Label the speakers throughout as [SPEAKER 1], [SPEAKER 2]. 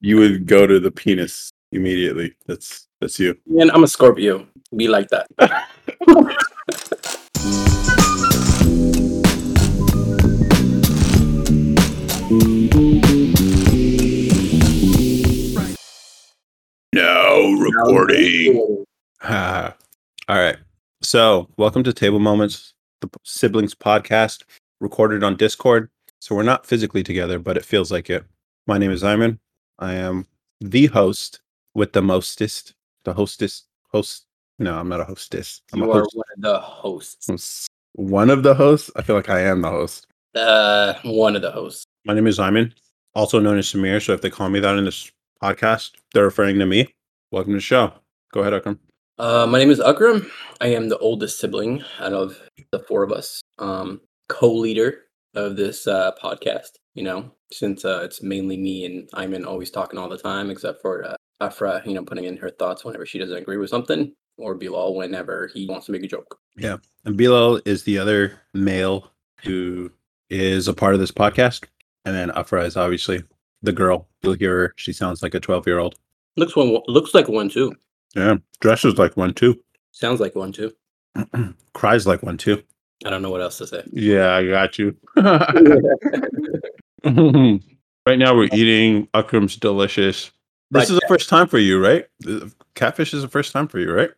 [SPEAKER 1] you would go to the penis immediately. That's that's you.
[SPEAKER 2] And I'm a Scorpio. Be like that.
[SPEAKER 1] No
[SPEAKER 2] Recording.
[SPEAKER 1] Ah. All right. So, welcome to Table Moments, the p- siblings podcast recorded on Discord. So, we're not physically together, but it feels like it. My name is Iman. I am the host with the mostest, the hostess, host. No, I'm not a hostess. I'm
[SPEAKER 2] You
[SPEAKER 1] a
[SPEAKER 2] are
[SPEAKER 1] host.
[SPEAKER 2] one of the hosts.
[SPEAKER 1] I'm s- One of the hosts. I feel like I am the host.
[SPEAKER 2] Uh, one of the hosts.
[SPEAKER 1] My name is Iman, also known as Samir. So, if they call me that in this podcast, they're referring to me. Welcome to the show. Go ahead, Akram.
[SPEAKER 2] Uh, my name is Akram. I am the oldest sibling out of the four of us. Um, co-leader of this uh, podcast. You know, since uh, it's mainly me and Iman always talking all the time, except for uh, Afra. You know, putting in her thoughts whenever she doesn't agree with something, or Bilal whenever he wants to make a joke.
[SPEAKER 1] And Bilal is the other male who is a part of this podcast. And then Afra is obviously the girl. You'll hear her. She sounds like a 12 year old.
[SPEAKER 2] Looks one. Looks like one too.
[SPEAKER 1] Yeah. Dresses like one too.
[SPEAKER 2] Sounds like one too.
[SPEAKER 1] Cries like one too.
[SPEAKER 2] I don't know what else to say.
[SPEAKER 1] Yeah, I got you. right now we're eating Akram's delicious. This
[SPEAKER 2] Right.
[SPEAKER 1] is the first time for you, right? The- Catfish is the first time for you, right?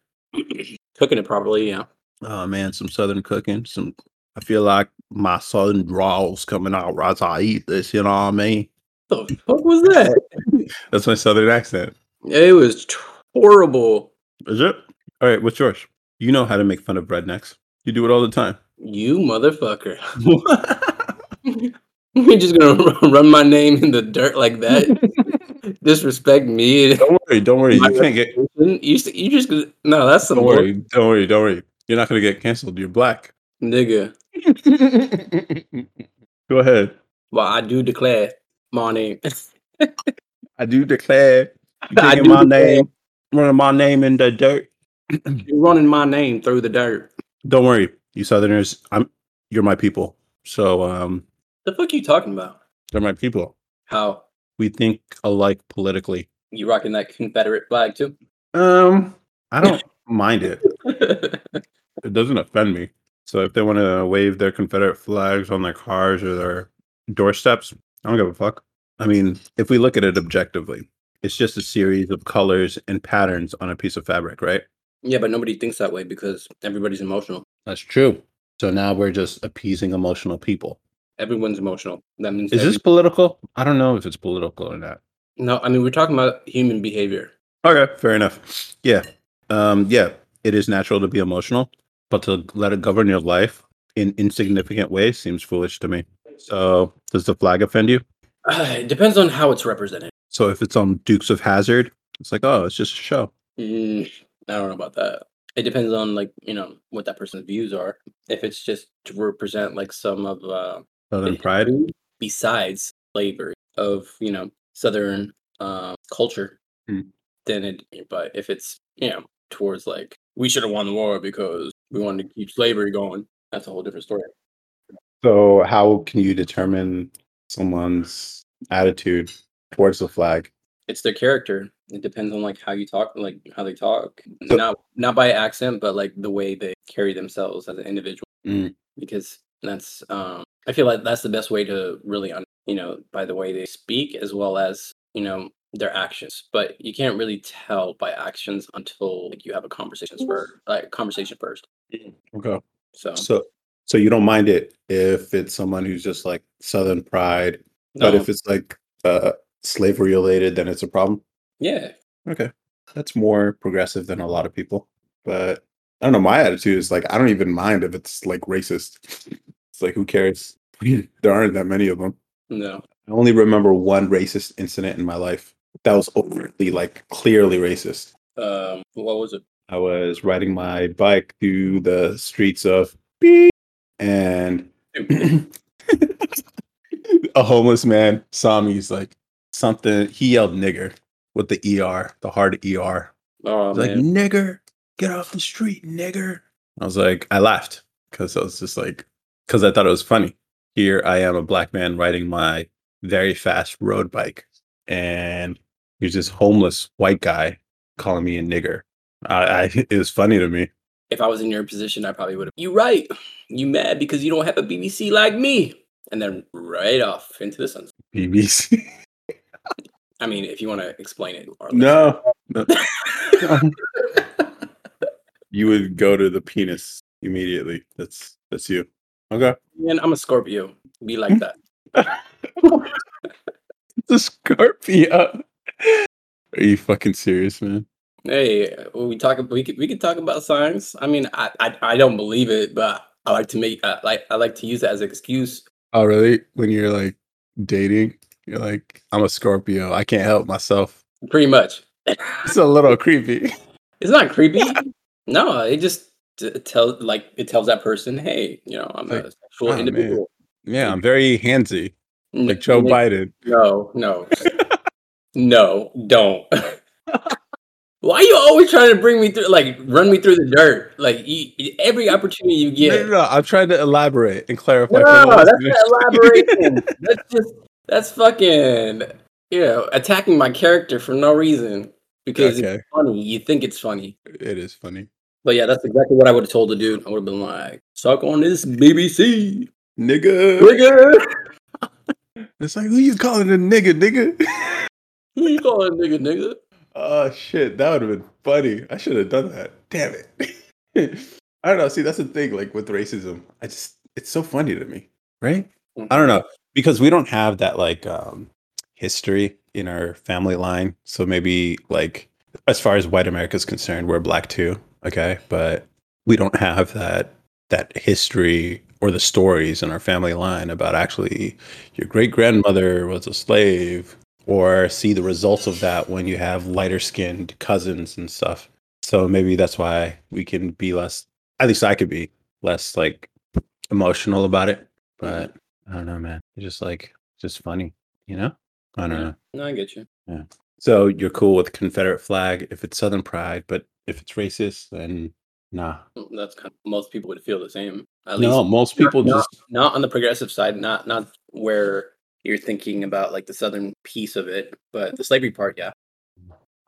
[SPEAKER 2] Cooking it properly, yeah.
[SPEAKER 1] Oh man, some southern cooking. Some I feel like my southern drawls coming out right as I eat this, you know what I mean?
[SPEAKER 2] What the fuck was that?
[SPEAKER 1] That's my southern accent.
[SPEAKER 2] It was t- horrible.
[SPEAKER 1] Is it? All right, what's yours? You know how to make fun of rednecks. You do it all the time.
[SPEAKER 2] You motherfucker. You're just gonna r- run my name in the dirt like that? Disrespect me?
[SPEAKER 1] don't worry, don't worry. You
[SPEAKER 2] My
[SPEAKER 1] can't get
[SPEAKER 2] You s- you just gonna- no? That's some
[SPEAKER 1] don't worry, don't worry, don't worry. You're not gonna get canceled. You're black.
[SPEAKER 2] bull- nigga.
[SPEAKER 1] Go ahead.
[SPEAKER 2] Well, I do declare my name.
[SPEAKER 1] I do declare you
[SPEAKER 2] I
[SPEAKER 1] taking
[SPEAKER 2] do
[SPEAKER 1] my
[SPEAKER 2] declare.
[SPEAKER 1] name, running my name in the dirt.
[SPEAKER 2] You're running my name through the dirt.
[SPEAKER 1] Don't worry, you Southerners. I'm you're my people. So um
[SPEAKER 2] The fuck you talking about?
[SPEAKER 1] they're my people.
[SPEAKER 2] How
[SPEAKER 1] We think alike politically.
[SPEAKER 2] you rocking that Confederate flag too?
[SPEAKER 1] Um, I don't mind it. it doesn't offend me. So if they want to wave their Confederate flags on their cars or their doorsteps, I don't give a fuck. I mean, if we look at it objectively, it's just a series of colors and patterns on a piece of fabric, right?
[SPEAKER 2] yeah, but nobody thinks that way because everybody's emotional.
[SPEAKER 1] That's true. So now we're just appeasing emotional people.
[SPEAKER 2] Everyone's emotional. That means
[SPEAKER 1] Is this
[SPEAKER 2] every-
[SPEAKER 1] political? I don't know if it's political or not.
[SPEAKER 2] no? I mean, we're talking about human behavior.
[SPEAKER 1] Okay, fair enough. Yeah. Um, yeah, it is natural to be emotional, but to let it govern your life in insignificant ways seems foolish to me. So does the flag offend you?
[SPEAKER 2] Uh, it depends on how it's represented.
[SPEAKER 1] So if it's on Dukes of Hazard, it's like, oh, it's just a show.
[SPEAKER 2] Mm, I don't know about that. It depends on like you know what that person's views are. If it's just to represent like some of uh,
[SPEAKER 1] Southern
[SPEAKER 2] the
[SPEAKER 1] Pride.
[SPEAKER 2] history besides slavery of you know Southern um, culture,
[SPEAKER 1] Mm.
[SPEAKER 2] then it. But if it's you know towards like we should have won the war because we wanted to keep slavery going, that's a whole different story.
[SPEAKER 1] So how can you determine someone's attitude towards the flag?
[SPEAKER 2] It's their character. It depends on like how you talk, like how they talk,
[SPEAKER 1] So-
[SPEAKER 2] not not by accent, but like the way they carry themselves as an individual.
[SPEAKER 1] Mm.
[SPEAKER 2] because that's um i feel like that's the best way to really un- you know by the way they speak as well as you know their actions but you can't really tell by actions until like you have a conversation first like conversation first
[SPEAKER 1] Okay.
[SPEAKER 2] so,
[SPEAKER 1] So so you don't mind it if it's someone who's just like Southern Pride, but
[SPEAKER 2] no.
[SPEAKER 1] if it's like uh, slavery related, then it's a problem.
[SPEAKER 2] yeah
[SPEAKER 1] Okay. That's more progressive than a lot of people. But I don't know. My attitude is like, I don't even mind if it's like racist. It's like, who cares? there aren't that many of them.
[SPEAKER 2] no
[SPEAKER 1] I only remember one racist incident in my life that was overtly, like, clearly racist.
[SPEAKER 2] um what was it
[SPEAKER 1] I was riding my bike through the streets of and a homeless man saw me. He's like, something. He yelled nigger with the ER, the hard ER.
[SPEAKER 2] oh
[SPEAKER 1] He's like,
[SPEAKER 2] man
[SPEAKER 1] nigger, get off the street, nigger. I was like, I laughed because I was just like, because I thought it was funny. Here I am, a black man riding my very fast road bike, and He's this homeless white guy calling me a nigger. I, I it was funny to me.
[SPEAKER 2] If I was in your position, I probably would have. You right. You mad because you don't have a BBC like me. And then right off into the sunset.
[SPEAKER 1] BBC.
[SPEAKER 2] I mean, if you want to explain it. or-
[SPEAKER 1] no, no. you would go to the penis immediately. That's that's you. Okay.
[SPEAKER 2] Man, I'm a Scorpio. Be
[SPEAKER 1] Mm.
[SPEAKER 2] like that.
[SPEAKER 1] the Scorpio. Are you fucking serious, man?
[SPEAKER 2] Hey, well, we talk. We could we could talk about signs. I mean, I I, I don't believe it, but I like to make uh, like I like to use that as an excuse.
[SPEAKER 1] Oh, really? When you're like dating, you're like, I'm a Scorpio. I can't help myself.
[SPEAKER 2] Pretty much,
[SPEAKER 1] It's a little creepy.
[SPEAKER 2] it's not creepy. No, it just t- tells like it tells that person, hey, you know, I'm
[SPEAKER 1] Like,
[SPEAKER 2] a
[SPEAKER 1] "Oh,
[SPEAKER 2] sexual
[SPEAKER 1] man,
[SPEAKER 2] individual.
[SPEAKER 1] Yeah, I'm very handsy,
[SPEAKER 2] N-
[SPEAKER 1] like Joe
[SPEAKER 2] n-
[SPEAKER 1] Biden.
[SPEAKER 2] No, no, no, don't. Why you always trying to bring me through, like run me through the dirt? Like you, every opportunity you
[SPEAKER 1] No,
[SPEAKER 2] get,
[SPEAKER 1] no, no, I'm trying to elaborate and clarify. for the
[SPEAKER 2] No, that's
[SPEAKER 1] listeners.
[SPEAKER 2] not elaboration. that's just that's fucking you know attacking my character for no reason because
[SPEAKER 1] okay.
[SPEAKER 2] it's funny. You think it's funny,
[SPEAKER 1] It is funny.
[SPEAKER 2] but yeah, that's exactly what I would have told the dude. I would have been like, "Suck on this BBC,
[SPEAKER 1] Nigga.
[SPEAKER 2] nigga."
[SPEAKER 1] It's like, who you calling a nigga, nigga?
[SPEAKER 2] Who you call that nigga, nigga?
[SPEAKER 1] oh, shit. That would have been funny. I should have done that. Damn it. I don't know. See, that's the thing, like with racism. I just, it's so funny to me. Right? I don't know. Because we don't have that, like, um, history in our family line. So maybe, like, as far as white America is concerned, we're black too. Okay. But we don't have that, that history or the stories in our family line about actually your great grandmother was a slave or see the results of that when you have lighter skinned cousins and stuff. So maybe that's why we can be less, at least I could be less like emotional about it. But I don't know, man. It's just like, just funny, you know? I don't
[SPEAKER 2] Yeah.
[SPEAKER 1] know.
[SPEAKER 2] No, I get you.
[SPEAKER 1] So you're cool with Confederate flag if it's Southern pride, but if it's racist, then nah.
[SPEAKER 2] That's kind of, most people would feel the same. At least
[SPEAKER 1] no, most people
[SPEAKER 2] not-
[SPEAKER 1] just
[SPEAKER 2] not on the progressive side, not not where you're thinking about like the southern piece of it, but the slavery part, yeah.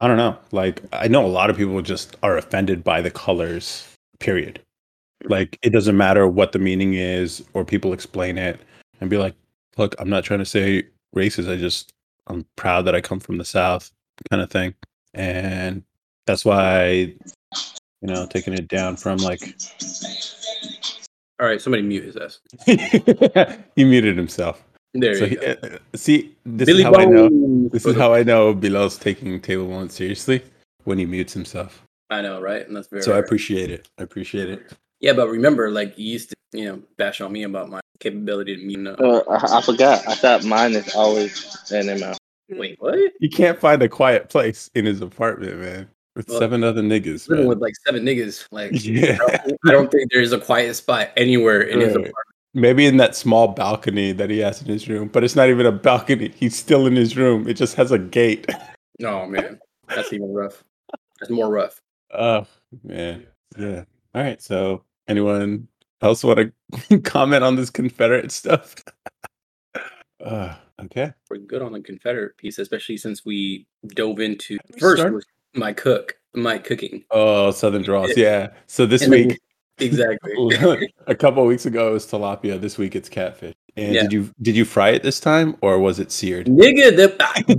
[SPEAKER 1] I don't know. Like I know a lot of people just are offended by the colors. Period. Like it doesn't matter what the meaning is, or people explain it and be like, "Look, I'm not trying to say racist. I just I'm proud that I come from the South," kind of thing. And that's why you know taking it down from like
[SPEAKER 2] All right, somebody mute his ass.
[SPEAKER 1] he muted himself.
[SPEAKER 2] There
[SPEAKER 1] So
[SPEAKER 2] you
[SPEAKER 1] he,
[SPEAKER 2] go.
[SPEAKER 1] uh, see, this
[SPEAKER 2] Billy
[SPEAKER 1] is how I know.
[SPEAKER 2] Bones
[SPEAKER 1] This
[SPEAKER 2] for
[SPEAKER 1] is
[SPEAKER 2] the-
[SPEAKER 1] how I know Bilal's taking table one seriously when he mutes himself.
[SPEAKER 2] I know, right? And that's very
[SPEAKER 1] So I
[SPEAKER 2] rare.
[SPEAKER 1] appreciate it. I appreciate it.
[SPEAKER 2] yeah. But remember, like you used to, you know, bash on me about my capability to mute. up.
[SPEAKER 3] Uh, I, I forgot. I thought mine is always in their mouth.
[SPEAKER 2] Wait, what?
[SPEAKER 1] He can't find a quiet place in his apartment, man, with
[SPEAKER 2] Well,
[SPEAKER 1] seven other niggas.
[SPEAKER 2] Living
[SPEAKER 1] man.
[SPEAKER 2] with like seven niggas, like
[SPEAKER 1] yeah,
[SPEAKER 2] I don't- I don't think there's a quiet spot anywhere in his
[SPEAKER 1] Right.
[SPEAKER 2] apartment.
[SPEAKER 1] maybe in that small balcony that he has in his room, but it's not even a balcony. He's still in his room. It just has a gate.
[SPEAKER 2] No Oh, man, that's even rough. That's more rough.
[SPEAKER 1] Oh man, yeah. All right. So, anyone else want to comment on this Confederate stuff? uh, okay.
[SPEAKER 2] we're good on the Confederate piece, especially since we dove into
[SPEAKER 1] we
[SPEAKER 2] first
[SPEAKER 1] started?
[SPEAKER 2] was my cook, my cooking.
[SPEAKER 1] Oh, Southern draws. Yeah. So this
[SPEAKER 2] And then-
[SPEAKER 1] week,
[SPEAKER 2] Exactly.
[SPEAKER 1] a couple of weeks ago it was tilapia. This week it's catfish. And
[SPEAKER 2] Yeah.
[SPEAKER 1] did you did you fry it this time or was it seared?
[SPEAKER 2] Nigga, the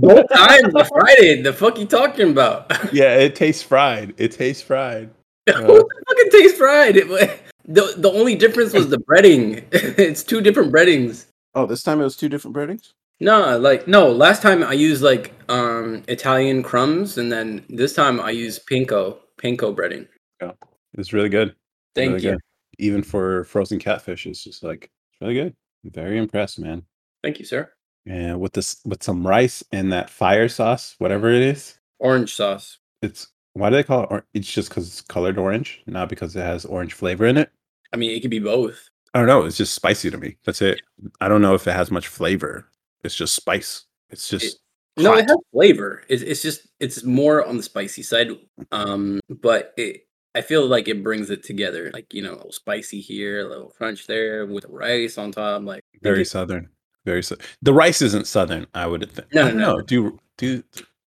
[SPEAKER 2] both times the Friday. The fuck you talking about?
[SPEAKER 1] Yeah, it tastes fried. It tastes fried. Uh,
[SPEAKER 2] what the fucking taste fried? It, wa- the the only difference was the breading. it's two different breadings.
[SPEAKER 1] oh, this time it was two different breadings.
[SPEAKER 2] No, like no. Last time I used like um Italian crumbs, and then this time I used panko panko breading.
[SPEAKER 1] It was really good.
[SPEAKER 2] Thank
[SPEAKER 1] Really
[SPEAKER 2] you,
[SPEAKER 1] good. Even for frozen catfish, it's just like it's really good. I'm very impressed, man.
[SPEAKER 2] thank you, sir.
[SPEAKER 1] And with this with some rice and that fire sauce, whatever it is,
[SPEAKER 2] Orange sauce.
[SPEAKER 1] it's why do they call it? Or- it's just because it's colored orange, not because it has orange flavor in it.
[SPEAKER 2] I mean, it could be both.
[SPEAKER 1] I don't know. It's just spicy to me. That's it. I don't know if it has much flavor. It's just spice. It's just
[SPEAKER 2] No, it
[SPEAKER 1] hot.
[SPEAKER 2] has flavor. It's, it's just it's more on the spicy side. Um, but it I feel like it brings it together. Like you know, a little spicy here, a little crunch there with the rice on top. Like I think
[SPEAKER 1] very
[SPEAKER 2] it-
[SPEAKER 1] southern. Very sou- the rice isn't southern. I would think.
[SPEAKER 2] No,
[SPEAKER 1] I don't
[SPEAKER 2] no, no.
[SPEAKER 1] know. Do do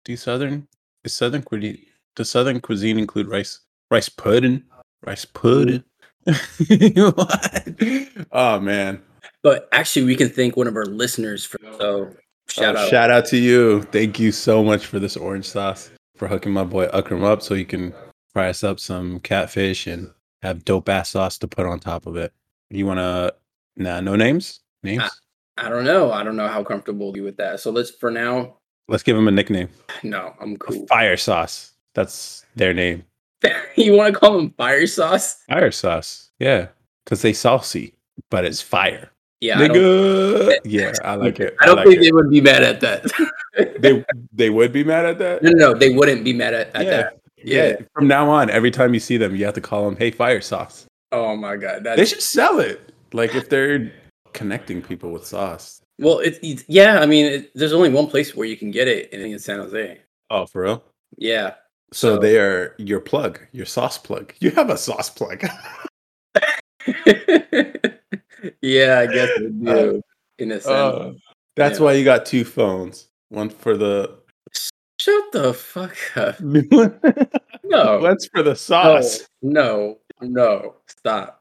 [SPEAKER 1] Do Southern is Southern cuisine? Does Southern cuisine include rice? Rice pudding? Rice pudding? what? Oh man!
[SPEAKER 2] But actually, we can thank one of our listeners for so shout
[SPEAKER 1] Oh,
[SPEAKER 2] out.
[SPEAKER 1] Shout out to you. Thank you so much for this orange sauce for hooking my boy Akram up so he can fry us up some catfish and have dope ass sauce to put on top of it. You want to? Nah, no names. Names.
[SPEAKER 2] Ah. I don't know. I don't know how comfortable you with that. So let's for now.
[SPEAKER 1] Let's give him a nickname.
[SPEAKER 2] No, I'm cool.
[SPEAKER 1] Fire sauce. That's their name.
[SPEAKER 2] you want to call him fire sauce?
[SPEAKER 1] Fire sauce. Yeah, because they saucy, but it's fire.
[SPEAKER 2] Yeah, I don't,
[SPEAKER 1] Nigga. Yeah, I like it.
[SPEAKER 2] I don't
[SPEAKER 1] like
[SPEAKER 2] think
[SPEAKER 1] it.
[SPEAKER 2] they would be mad at that.
[SPEAKER 1] they they would be mad at that.
[SPEAKER 2] no, no, they wouldn't be mad at, at
[SPEAKER 1] yeah,
[SPEAKER 2] that.
[SPEAKER 1] yeah. From now on, every time you see them, you have to call them, "Hey, fire sauce."
[SPEAKER 2] Oh my god.
[SPEAKER 1] They
[SPEAKER 2] That's
[SPEAKER 1] should sell it. Like if they're connecting people with sauce.
[SPEAKER 2] well. It's, it's yeah. I mean, it, there's only one place where you can get it, and it's San Jose.
[SPEAKER 1] Oh, for real?
[SPEAKER 2] Yeah.
[SPEAKER 1] So,
[SPEAKER 2] So-
[SPEAKER 1] they are your plug, your sauce plug. You have a sauce plug.
[SPEAKER 2] yeah, I guess they do.
[SPEAKER 1] Uh,
[SPEAKER 2] in a sense.
[SPEAKER 1] Oh, that's
[SPEAKER 2] Yeah.
[SPEAKER 1] why you got two phones. One for the
[SPEAKER 2] Shut the fuck up.
[SPEAKER 1] one's
[SPEAKER 2] No.
[SPEAKER 1] for the
[SPEAKER 2] no,
[SPEAKER 1] sauce.
[SPEAKER 2] no, no. Stop.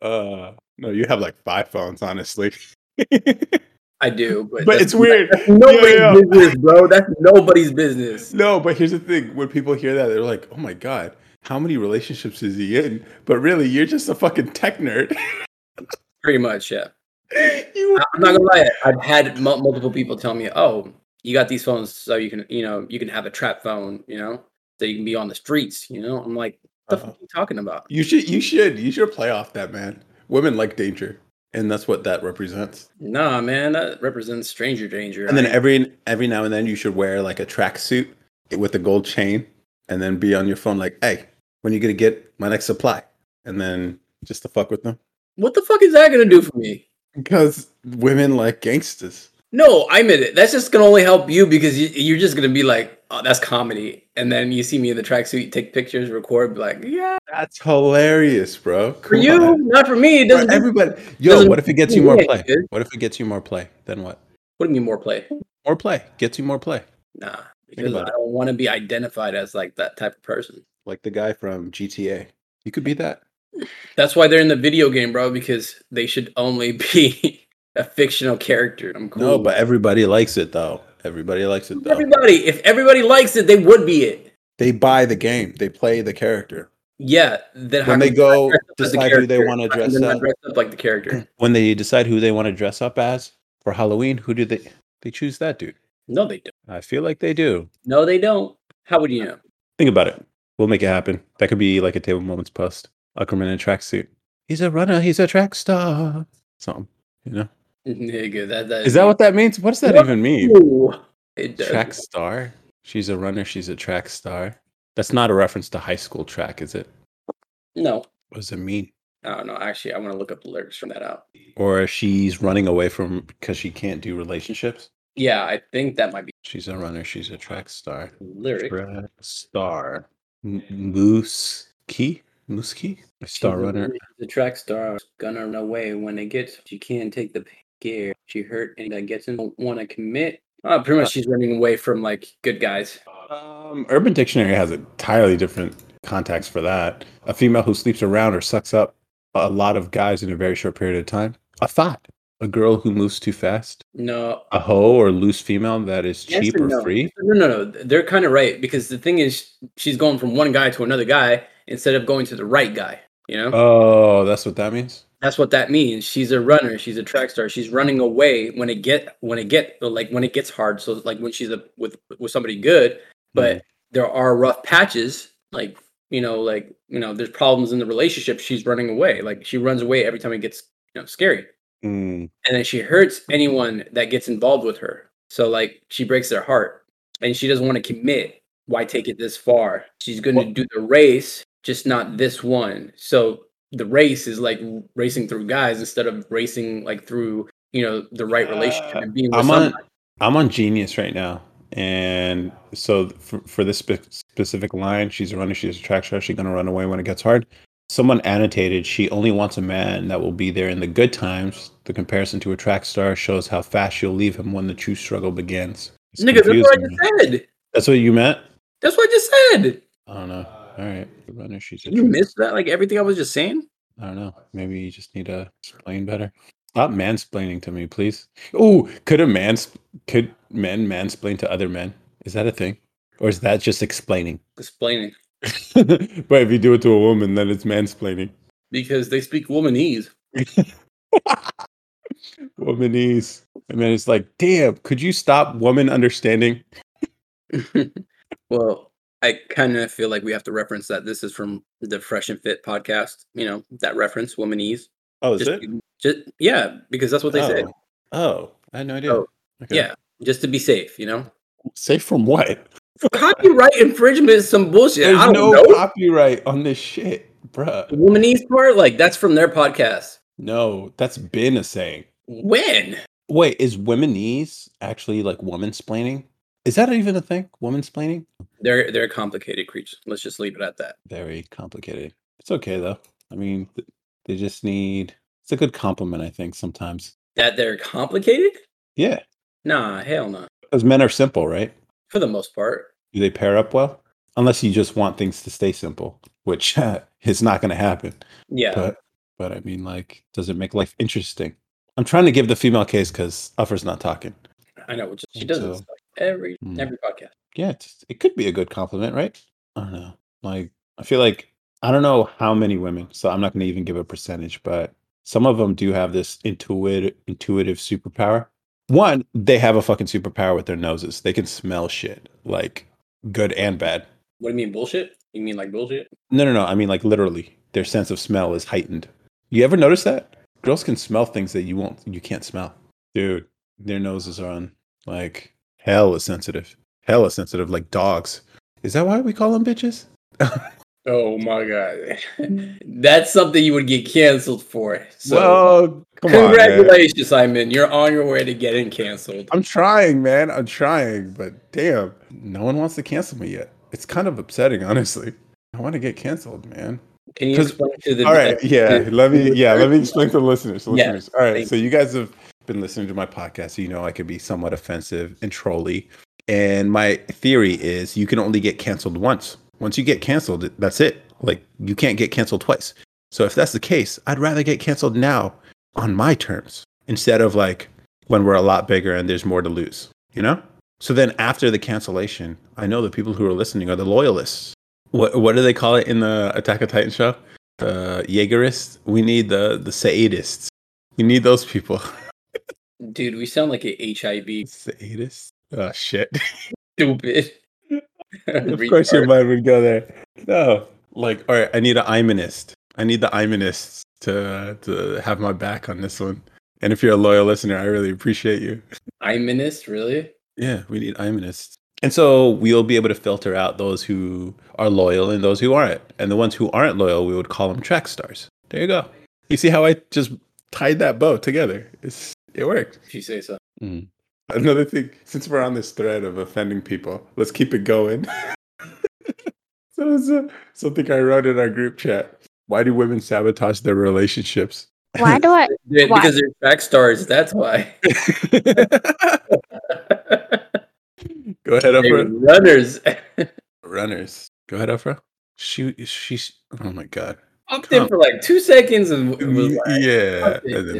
[SPEAKER 1] Uh, no, you have like five phones, honestly.
[SPEAKER 2] I do, but
[SPEAKER 1] but
[SPEAKER 2] that's-
[SPEAKER 1] it's weird.
[SPEAKER 2] That's nobody's
[SPEAKER 1] Yeah, yeah.
[SPEAKER 2] business, bro. That's nobody's business.
[SPEAKER 1] No, but here's the thing: when people hear that, they're like, "Oh my god, how many relationships is he in?" But really, you're just a fucking tech nerd.
[SPEAKER 2] Pretty much, yeah.
[SPEAKER 1] you
[SPEAKER 2] I- I'm not gonna lie. I've had mul multiple people tell me, "Oh, you got these phones, so you can, you know, you can have a trap phone, you know, so you can be on the streets." You know, I'm like, "What the
[SPEAKER 1] Uh-uh.
[SPEAKER 2] fuck are you talking about?"
[SPEAKER 1] You should you should you should play off that man. Women like danger, and that's what that represents.
[SPEAKER 2] Nah, man, that represents stranger danger.
[SPEAKER 1] And then
[SPEAKER 2] I-
[SPEAKER 1] every every now and then you should wear like a tracksuit with a gold chain, and then be on your phone like, "Hey, when you gonna get my next supply?" And then just to fuck with them
[SPEAKER 2] what the fuck is that gonna do for me?
[SPEAKER 1] because women like gangsters.
[SPEAKER 2] No, I'm in it. That's just gonna only help you because you, you're just gonna be like, oh, that's comedy. And then you see me in the tracksuit, take pictures, record, be like, yeah,
[SPEAKER 1] That's hilarious, bro.
[SPEAKER 2] for
[SPEAKER 1] Come
[SPEAKER 2] you,
[SPEAKER 1] on.
[SPEAKER 2] not for me. It
[SPEAKER 1] For
[SPEAKER 2] doesn't. do-
[SPEAKER 1] everybody. Yo,
[SPEAKER 2] doesn't-
[SPEAKER 1] what if it gets you more
[SPEAKER 2] Yeah,
[SPEAKER 1] play?
[SPEAKER 2] dude.
[SPEAKER 1] What if it gets you more play? Then what?
[SPEAKER 2] what do you mean more play?
[SPEAKER 1] More play gets you more play.
[SPEAKER 2] Nah, because
[SPEAKER 1] about
[SPEAKER 2] I don't want to be identified as like that type of person.
[SPEAKER 1] Like the guy from GTA. You could be that.
[SPEAKER 2] That's why they're in the video game, bro. Because they should only be a fictional character. I'm cool.
[SPEAKER 1] No, but everybody likes it though. Everybody likes it though.
[SPEAKER 2] everybody, if everybody likes it, they would be it.
[SPEAKER 1] They buy the game. They play the character.
[SPEAKER 2] Yeah. Then how
[SPEAKER 1] When
[SPEAKER 2] come
[SPEAKER 1] they go
[SPEAKER 2] dress up as the
[SPEAKER 1] decide who they
[SPEAKER 2] character?
[SPEAKER 1] want to
[SPEAKER 2] how come
[SPEAKER 1] dress
[SPEAKER 2] they're not
[SPEAKER 1] up.
[SPEAKER 2] dressed up like the character?
[SPEAKER 1] When they decide who they want to dress up as for Halloween, who do they they choose that dude?
[SPEAKER 2] No, they don't.
[SPEAKER 1] I feel like they do.
[SPEAKER 2] No, they don't. How would you know?
[SPEAKER 1] Think about it. We'll make it happen. That could be like a table moments post. Ackerman in a tracksuit. He's a runner, he's a track star. Something. You know?
[SPEAKER 2] Nigga, that,
[SPEAKER 1] Is that what that means? What does that
[SPEAKER 2] What?
[SPEAKER 1] even mean?
[SPEAKER 2] Ooh, it does.
[SPEAKER 1] Track star? She's a runner, she's a track star. That's not a reference to high school track, is it?
[SPEAKER 2] No,
[SPEAKER 1] What does it mean?
[SPEAKER 2] I don't know. Actually, I want to look up the lyrics from that out.
[SPEAKER 1] Or she's running away from because she can't do relationships.
[SPEAKER 2] Yeah, I think that might be
[SPEAKER 1] She's a runner. She's a track star.
[SPEAKER 2] the lyric.
[SPEAKER 1] Track star. M- Moose key. Moose key. A star runner.
[SPEAKER 2] The track star is gonna run away when it gets. She can't take the gear. She hurt and that gets and don't want to commit. Uh, pretty much, she's running away from like good guys.
[SPEAKER 1] Um, Urban Dictionary has entirely different context for that. A female who sleeps around or sucks up a lot of guys in a very short period of time. A thought. A girl who moves too fast.
[SPEAKER 2] No,
[SPEAKER 1] A hoe or loose female that is
[SPEAKER 2] Yes
[SPEAKER 1] cheap
[SPEAKER 2] and
[SPEAKER 1] or
[SPEAKER 2] no.
[SPEAKER 1] free.
[SPEAKER 2] no, no, no. They're kind of right because the thing is, she's going from one guy to another guy instead of going to the right guy. You know.
[SPEAKER 1] Oh, that's what that means.
[SPEAKER 2] That's what that means. She's a runner. She's a track star. She's running away when it get when it get like when it gets hard. So like when she's a, with with somebody good, but there are rough patches. Like you know, like you know, there's problems in the relationship. She's running away. Like she runs away every time it gets you know scary,
[SPEAKER 1] Mm.
[SPEAKER 2] and then she hurts anyone that gets involved with her. So like she breaks their heart, and she doesn't want to commit. Why take it this far? She's going to
[SPEAKER 1] Well-
[SPEAKER 2] do the race, just not this one. So the race is like r- racing through guys instead of racing like through you know the right relationship
[SPEAKER 1] Yeah,
[SPEAKER 2] and being with
[SPEAKER 1] I'm on
[SPEAKER 2] somebody.
[SPEAKER 1] I'm on Genius right now, and so for, for this spe- specific line, she's a runner, she's a track star, she's gonna run away when it gets hard. Someone annotated she only wants a man that will be there in the good times. The comparison to a track star shows how fast you'll leave him when the true struggle begins. It's
[SPEAKER 2] Nigga, that's what I
[SPEAKER 1] confusing.
[SPEAKER 2] just said.
[SPEAKER 1] That's what you meant?
[SPEAKER 2] That's what I just said.
[SPEAKER 1] I don't know. All right. The runner she's a
[SPEAKER 2] Did you
[SPEAKER 1] tree.
[SPEAKER 2] miss that? Like everything I was just saying?
[SPEAKER 1] I don't know. Maybe you just need to explain better. Stop mansplaining to me, please. Oh, could a man could men mansplain to other men? Is that a thing? Or is that just explaining?
[SPEAKER 2] Explaining.
[SPEAKER 1] but if you do it to a woman, then it's mansplaining.
[SPEAKER 2] Because they speak womanese.
[SPEAKER 1] Womanese. And then it's like, damn, could you stop woman understanding?
[SPEAKER 2] well, I kind of feel like we have to reference that this is from the Fresh and Fit podcast. You know that reference, womanese.
[SPEAKER 1] Oh, is
[SPEAKER 2] just,
[SPEAKER 1] it?
[SPEAKER 2] Just yeah, because that's what they said.
[SPEAKER 1] Oh. Oh, I had no idea.
[SPEAKER 2] Oh,
[SPEAKER 1] Okay.
[SPEAKER 2] Yeah, just to be safe, you know.
[SPEAKER 1] Safe from what?
[SPEAKER 2] Copyright infringement is some bullshit. I
[SPEAKER 1] There's
[SPEAKER 2] don't
[SPEAKER 1] no
[SPEAKER 2] know.
[SPEAKER 1] copyright on this shit,
[SPEAKER 2] the
[SPEAKER 1] bruh.
[SPEAKER 2] womanese part, like that's from their podcast.
[SPEAKER 1] No, that's been a saying.
[SPEAKER 2] When?
[SPEAKER 1] Wait, is womanese actually like womansplaining? Is that even a thing? Womansplaining?
[SPEAKER 2] They're they're complicated creatures. Let's just leave it at that.
[SPEAKER 1] Very complicated. It's okay though. I mean, th- they just need. It's a good compliment, I think. Sometimes,
[SPEAKER 2] That they're complicated?
[SPEAKER 1] yeah,
[SPEAKER 2] Nah, hell no.
[SPEAKER 1] because men are simple, right?
[SPEAKER 2] For the most part.
[SPEAKER 1] Do they pair up well? Unless you just want things to stay simple, which is not going to happen.
[SPEAKER 2] Yeah.
[SPEAKER 1] But, but I mean, like, does it make life interesting? I'm trying to give the female case because Uffer's not talking.
[SPEAKER 2] I know, which is- she
[SPEAKER 1] think
[SPEAKER 2] does this,
[SPEAKER 1] so.
[SPEAKER 2] like, every
[SPEAKER 1] Mm.
[SPEAKER 2] every podcast.
[SPEAKER 1] yeah, it's, it could be a good compliment, right? I don't know. Like, I feel like I don't know how many women, so I'm not going to even give a percentage, but some of them do have this intuitive, intuitive superpower. One, they have a fucking superpower with their noses. They can smell shit, like good and bad.
[SPEAKER 2] What do you mean bullshit? You mean like bullshit?
[SPEAKER 1] No, no, no. I mean, like literally, their sense of smell is heightened. You ever notice that girls can smell things that you won't, you can't smell, dude. Their noses are on like hell is sensitive, hell is sensitive, like dogs. Is that why we call them bitches?
[SPEAKER 2] Oh my god. That's something you would get canceled for. So
[SPEAKER 1] well, come on, man.
[SPEAKER 2] congratulations, Simon. You're on your way to getting canceled.
[SPEAKER 1] I'm trying, man. I'm trying, but damn, no one wants to cancel me yet. It's kind of upsetting, honestly. I want to get canceled, man.
[SPEAKER 2] Can you
[SPEAKER 1] 'cause-
[SPEAKER 2] explain to the
[SPEAKER 1] all right yeah
[SPEAKER 2] the-
[SPEAKER 1] let me yeah let me explain to the listeners
[SPEAKER 2] Yeah,
[SPEAKER 1] listeners all right
[SPEAKER 2] thank
[SPEAKER 1] so you guys have been listening to my podcast so you know i can be somewhat offensive and trolly and my theory is you can only get canceled once once you get canceled that's it like you can't get canceled twice so if that's the case i'd rather get canceled now on my terms instead of like when we're a lot bigger and there's more to lose you know so then after the cancellation i know the people who are listening are the loyalists what, what do they call it in the attack of titan show the Jaegerists. We need the the Saidists. You need those people.
[SPEAKER 2] Dude, we sound like a HIV
[SPEAKER 1] Saidists. Oh shit!
[SPEAKER 2] stupid.
[SPEAKER 1] of course your mind would go there. No, like all right. I need an Imanist. I need the Imanists to to have my back on this one. And if you're a loyal listener, I really appreciate you.
[SPEAKER 2] I'm in this, really?
[SPEAKER 1] Yeah, we need Imanists. And so we'll be able to filter out those who are loyal and those who aren't. And the ones who aren't loyal, we would call them track stars. There you go. You see how I just tied that bow together? It's, it worked.
[SPEAKER 2] If you say so.
[SPEAKER 1] Another thing, since we're on this thread of offending people, let's keep it going. so it's uh, something I wrote in our group chat. Why do women sabotage their relationships?
[SPEAKER 4] Why do I?
[SPEAKER 2] Yeah,
[SPEAKER 4] Why?
[SPEAKER 2] Because they're track stars, that's why.
[SPEAKER 1] Go ahead,
[SPEAKER 2] They were
[SPEAKER 1] Afra.
[SPEAKER 2] runners.
[SPEAKER 1] Runners. Go ahead, Afra. Shoot, she's. Oh my god.
[SPEAKER 2] Up there
[SPEAKER 1] Come.
[SPEAKER 2] for like two seconds and was
[SPEAKER 1] Y-
[SPEAKER 2] like,
[SPEAKER 1] yeah,
[SPEAKER 2] fuck it,
[SPEAKER 1] and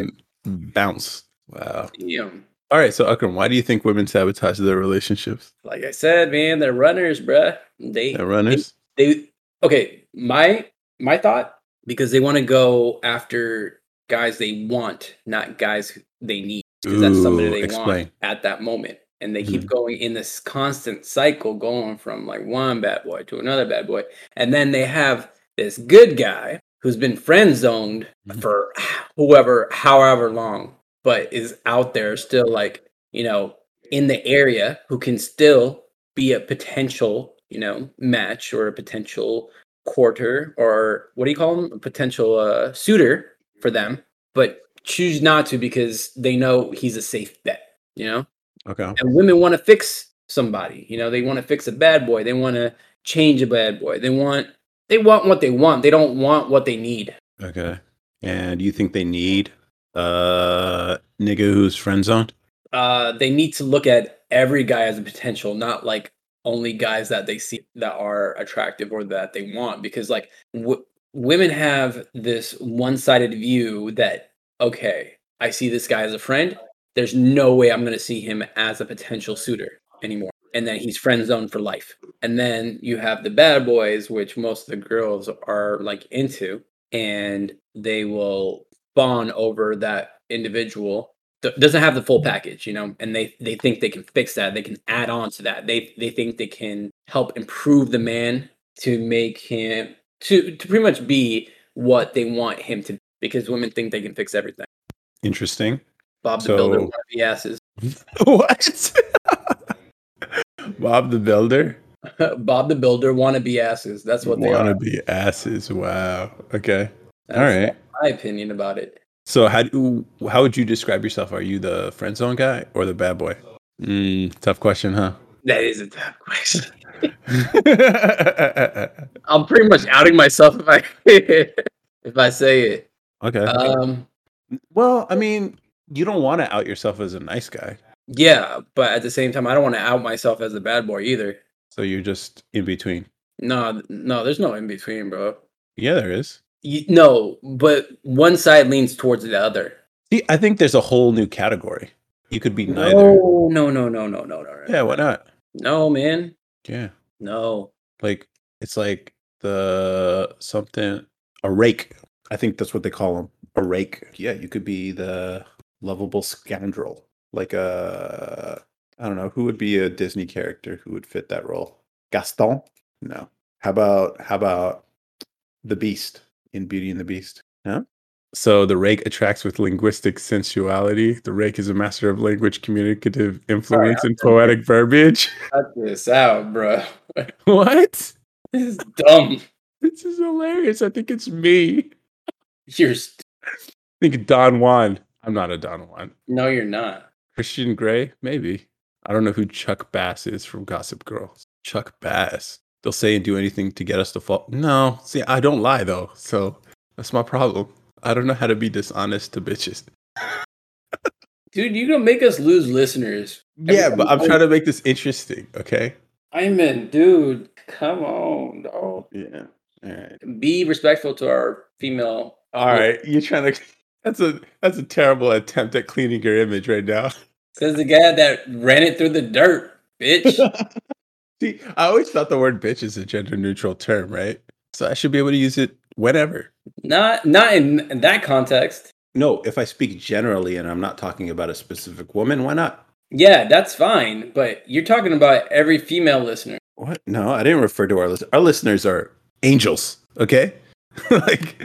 [SPEAKER 1] then bounce. Wow.
[SPEAKER 2] damn.
[SPEAKER 1] All right, so Akram, why do you think women sabotage their relationships?
[SPEAKER 2] Like I said, man, they're runners, bruh. They
[SPEAKER 1] They're runners.
[SPEAKER 2] they okay my my thought because they want to go after guys they want not guys who- they need because that's somebody
[SPEAKER 1] Ooh,
[SPEAKER 2] they
[SPEAKER 1] explain.
[SPEAKER 2] want at that moment and they keep going in this constant cycle going from like one bad boy to another bad boy and then they have this good guy who's been friend zoned
[SPEAKER 1] Mhm.
[SPEAKER 2] for whoever however long but is out there still like you know in the area who can still be a potential, you know, match or a potential quarter or what do you call them? A potential uh, suitor for them, but choose not to because they know he's a safe bet, you know?
[SPEAKER 1] Okay.
[SPEAKER 2] And women want to fix somebody, you know, they want to fix a bad boy, they want to change a bad boy. They want they want what they want. They don't want what they need.
[SPEAKER 1] Okay. And you think they need a nigga who's friend zoned?
[SPEAKER 2] Uh, they need to look at every guy has a potential, not like only guys that they see that are attractive or that they want. Because like w- women have this one sided view that, okay, I see this guy as a friend. There's no way I'm going to see him as a potential suitor anymore. And then he's friend zoned for life. And then you have the bad boys, which most of the girls are like into, and they will fawn over that individual th- doesn't have the full package, you know, and they they think they can fix that. They can add on to that. They they think they can help improve the man to make him to to pretty much be what they want him to. Because women think they can fix everything.
[SPEAKER 1] Interesting.
[SPEAKER 2] Bob the Builder,
[SPEAKER 1] So-
[SPEAKER 2] one of the asses.
[SPEAKER 1] what? Bob the Builder.
[SPEAKER 2] Bob the Builder, wannabe asses. That's what they
[SPEAKER 1] Wanna
[SPEAKER 2] are.
[SPEAKER 1] be asses. Wow. Okay.
[SPEAKER 2] That's
[SPEAKER 1] All right.
[SPEAKER 2] My opinion about it.
[SPEAKER 1] So how do, how would you describe yourself? Are you the friend zone guy or the bad boy? Mm, tough question, huh?
[SPEAKER 2] That is a tough question. I'm pretty much outing myself if I if I say it.
[SPEAKER 1] okay.
[SPEAKER 2] Um,
[SPEAKER 1] Uh, well, I mean, you don't want to out yourself as a nice guy,
[SPEAKER 2] yeah, but at the same time, I don't want to out myself as a bad boy either.
[SPEAKER 1] so you're just in between.
[SPEAKER 2] No, th- no, there's no in between, bro.
[SPEAKER 1] Yeah, there is.
[SPEAKER 2] You, no, but one side leans towards the other.
[SPEAKER 1] See, I think there's a whole new category. You could be neither.
[SPEAKER 2] No, no, no, no, no, no, no. no.
[SPEAKER 1] Yeah, why not?
[SPEAKER 2] No, man.
[SPEAKER 1] Yeah.
[SPEAKER 2] No.
[SPEAKER 1] Like it's like the something a rake. I think that's what they call them. A rake. Yeah, you could be the lovable scoundrel. Like a I don't know, who would be a Disney character who would fit that role? Gaston? No. How about how about the Beast in Beauty and the Beast? Huh? So the rake attracts with linguistic sensuality. The rake is a master of language, communicative influence, and poetic verbiage.
[SPEAKER 2] Cut this out, bro.
[SPEAKER 1] what?
[SPEAKER 2] This is dumb.
[SPEAKER 1] This is hilarious. I think it's me.
[SPEAKER 2] You're st-
[SPEAKER 1] I think Don Juan. I'm not a Don Juan.
[SPEAKER 2] no, you're not.
[SPEAKER 1] Christian Gray, maybe. I don't know who Chuck Bass is from Gossip Girl. Chuck Bass. They'll say and do anything to get us to fall. No, see, I don't lie though, so that's my problem. I don't know how to be dishonest to bitches.
[SPEAKER 2] Dude, you're gonna make us lose listeners.
[SPEAKER 1] Yeah, but I'm trying to make this interesting, okay?
[SPEAKER 2] I mean, dude, come on, dog.
[SPEAKER 1] Yeah. All right.
[SPEAKER 2] Be respectful to our female.
[SPEAKER 1] All right. You're trying to. That's a that's a terrible attempt at cleaning your image right now.
[SPEAKER 2] Says the guy that ran it through the dirt, bitch.
[SPEAKER 1] See, I always thought the word bitch is a gender neutral term, right? So I should be able to use it whenever.
[SPEAKER 2] not, not in, in that context.
[SPEAKER 1] No, if I speak generally and I'm not talking about a specific woman, why not?
[SPEAKER 2] Yeah, that's fine, but you're talking about every female listener.
[SPEAKER 1] What? No, I didn't refer to our listeners. Our listeners are angels, okay? like,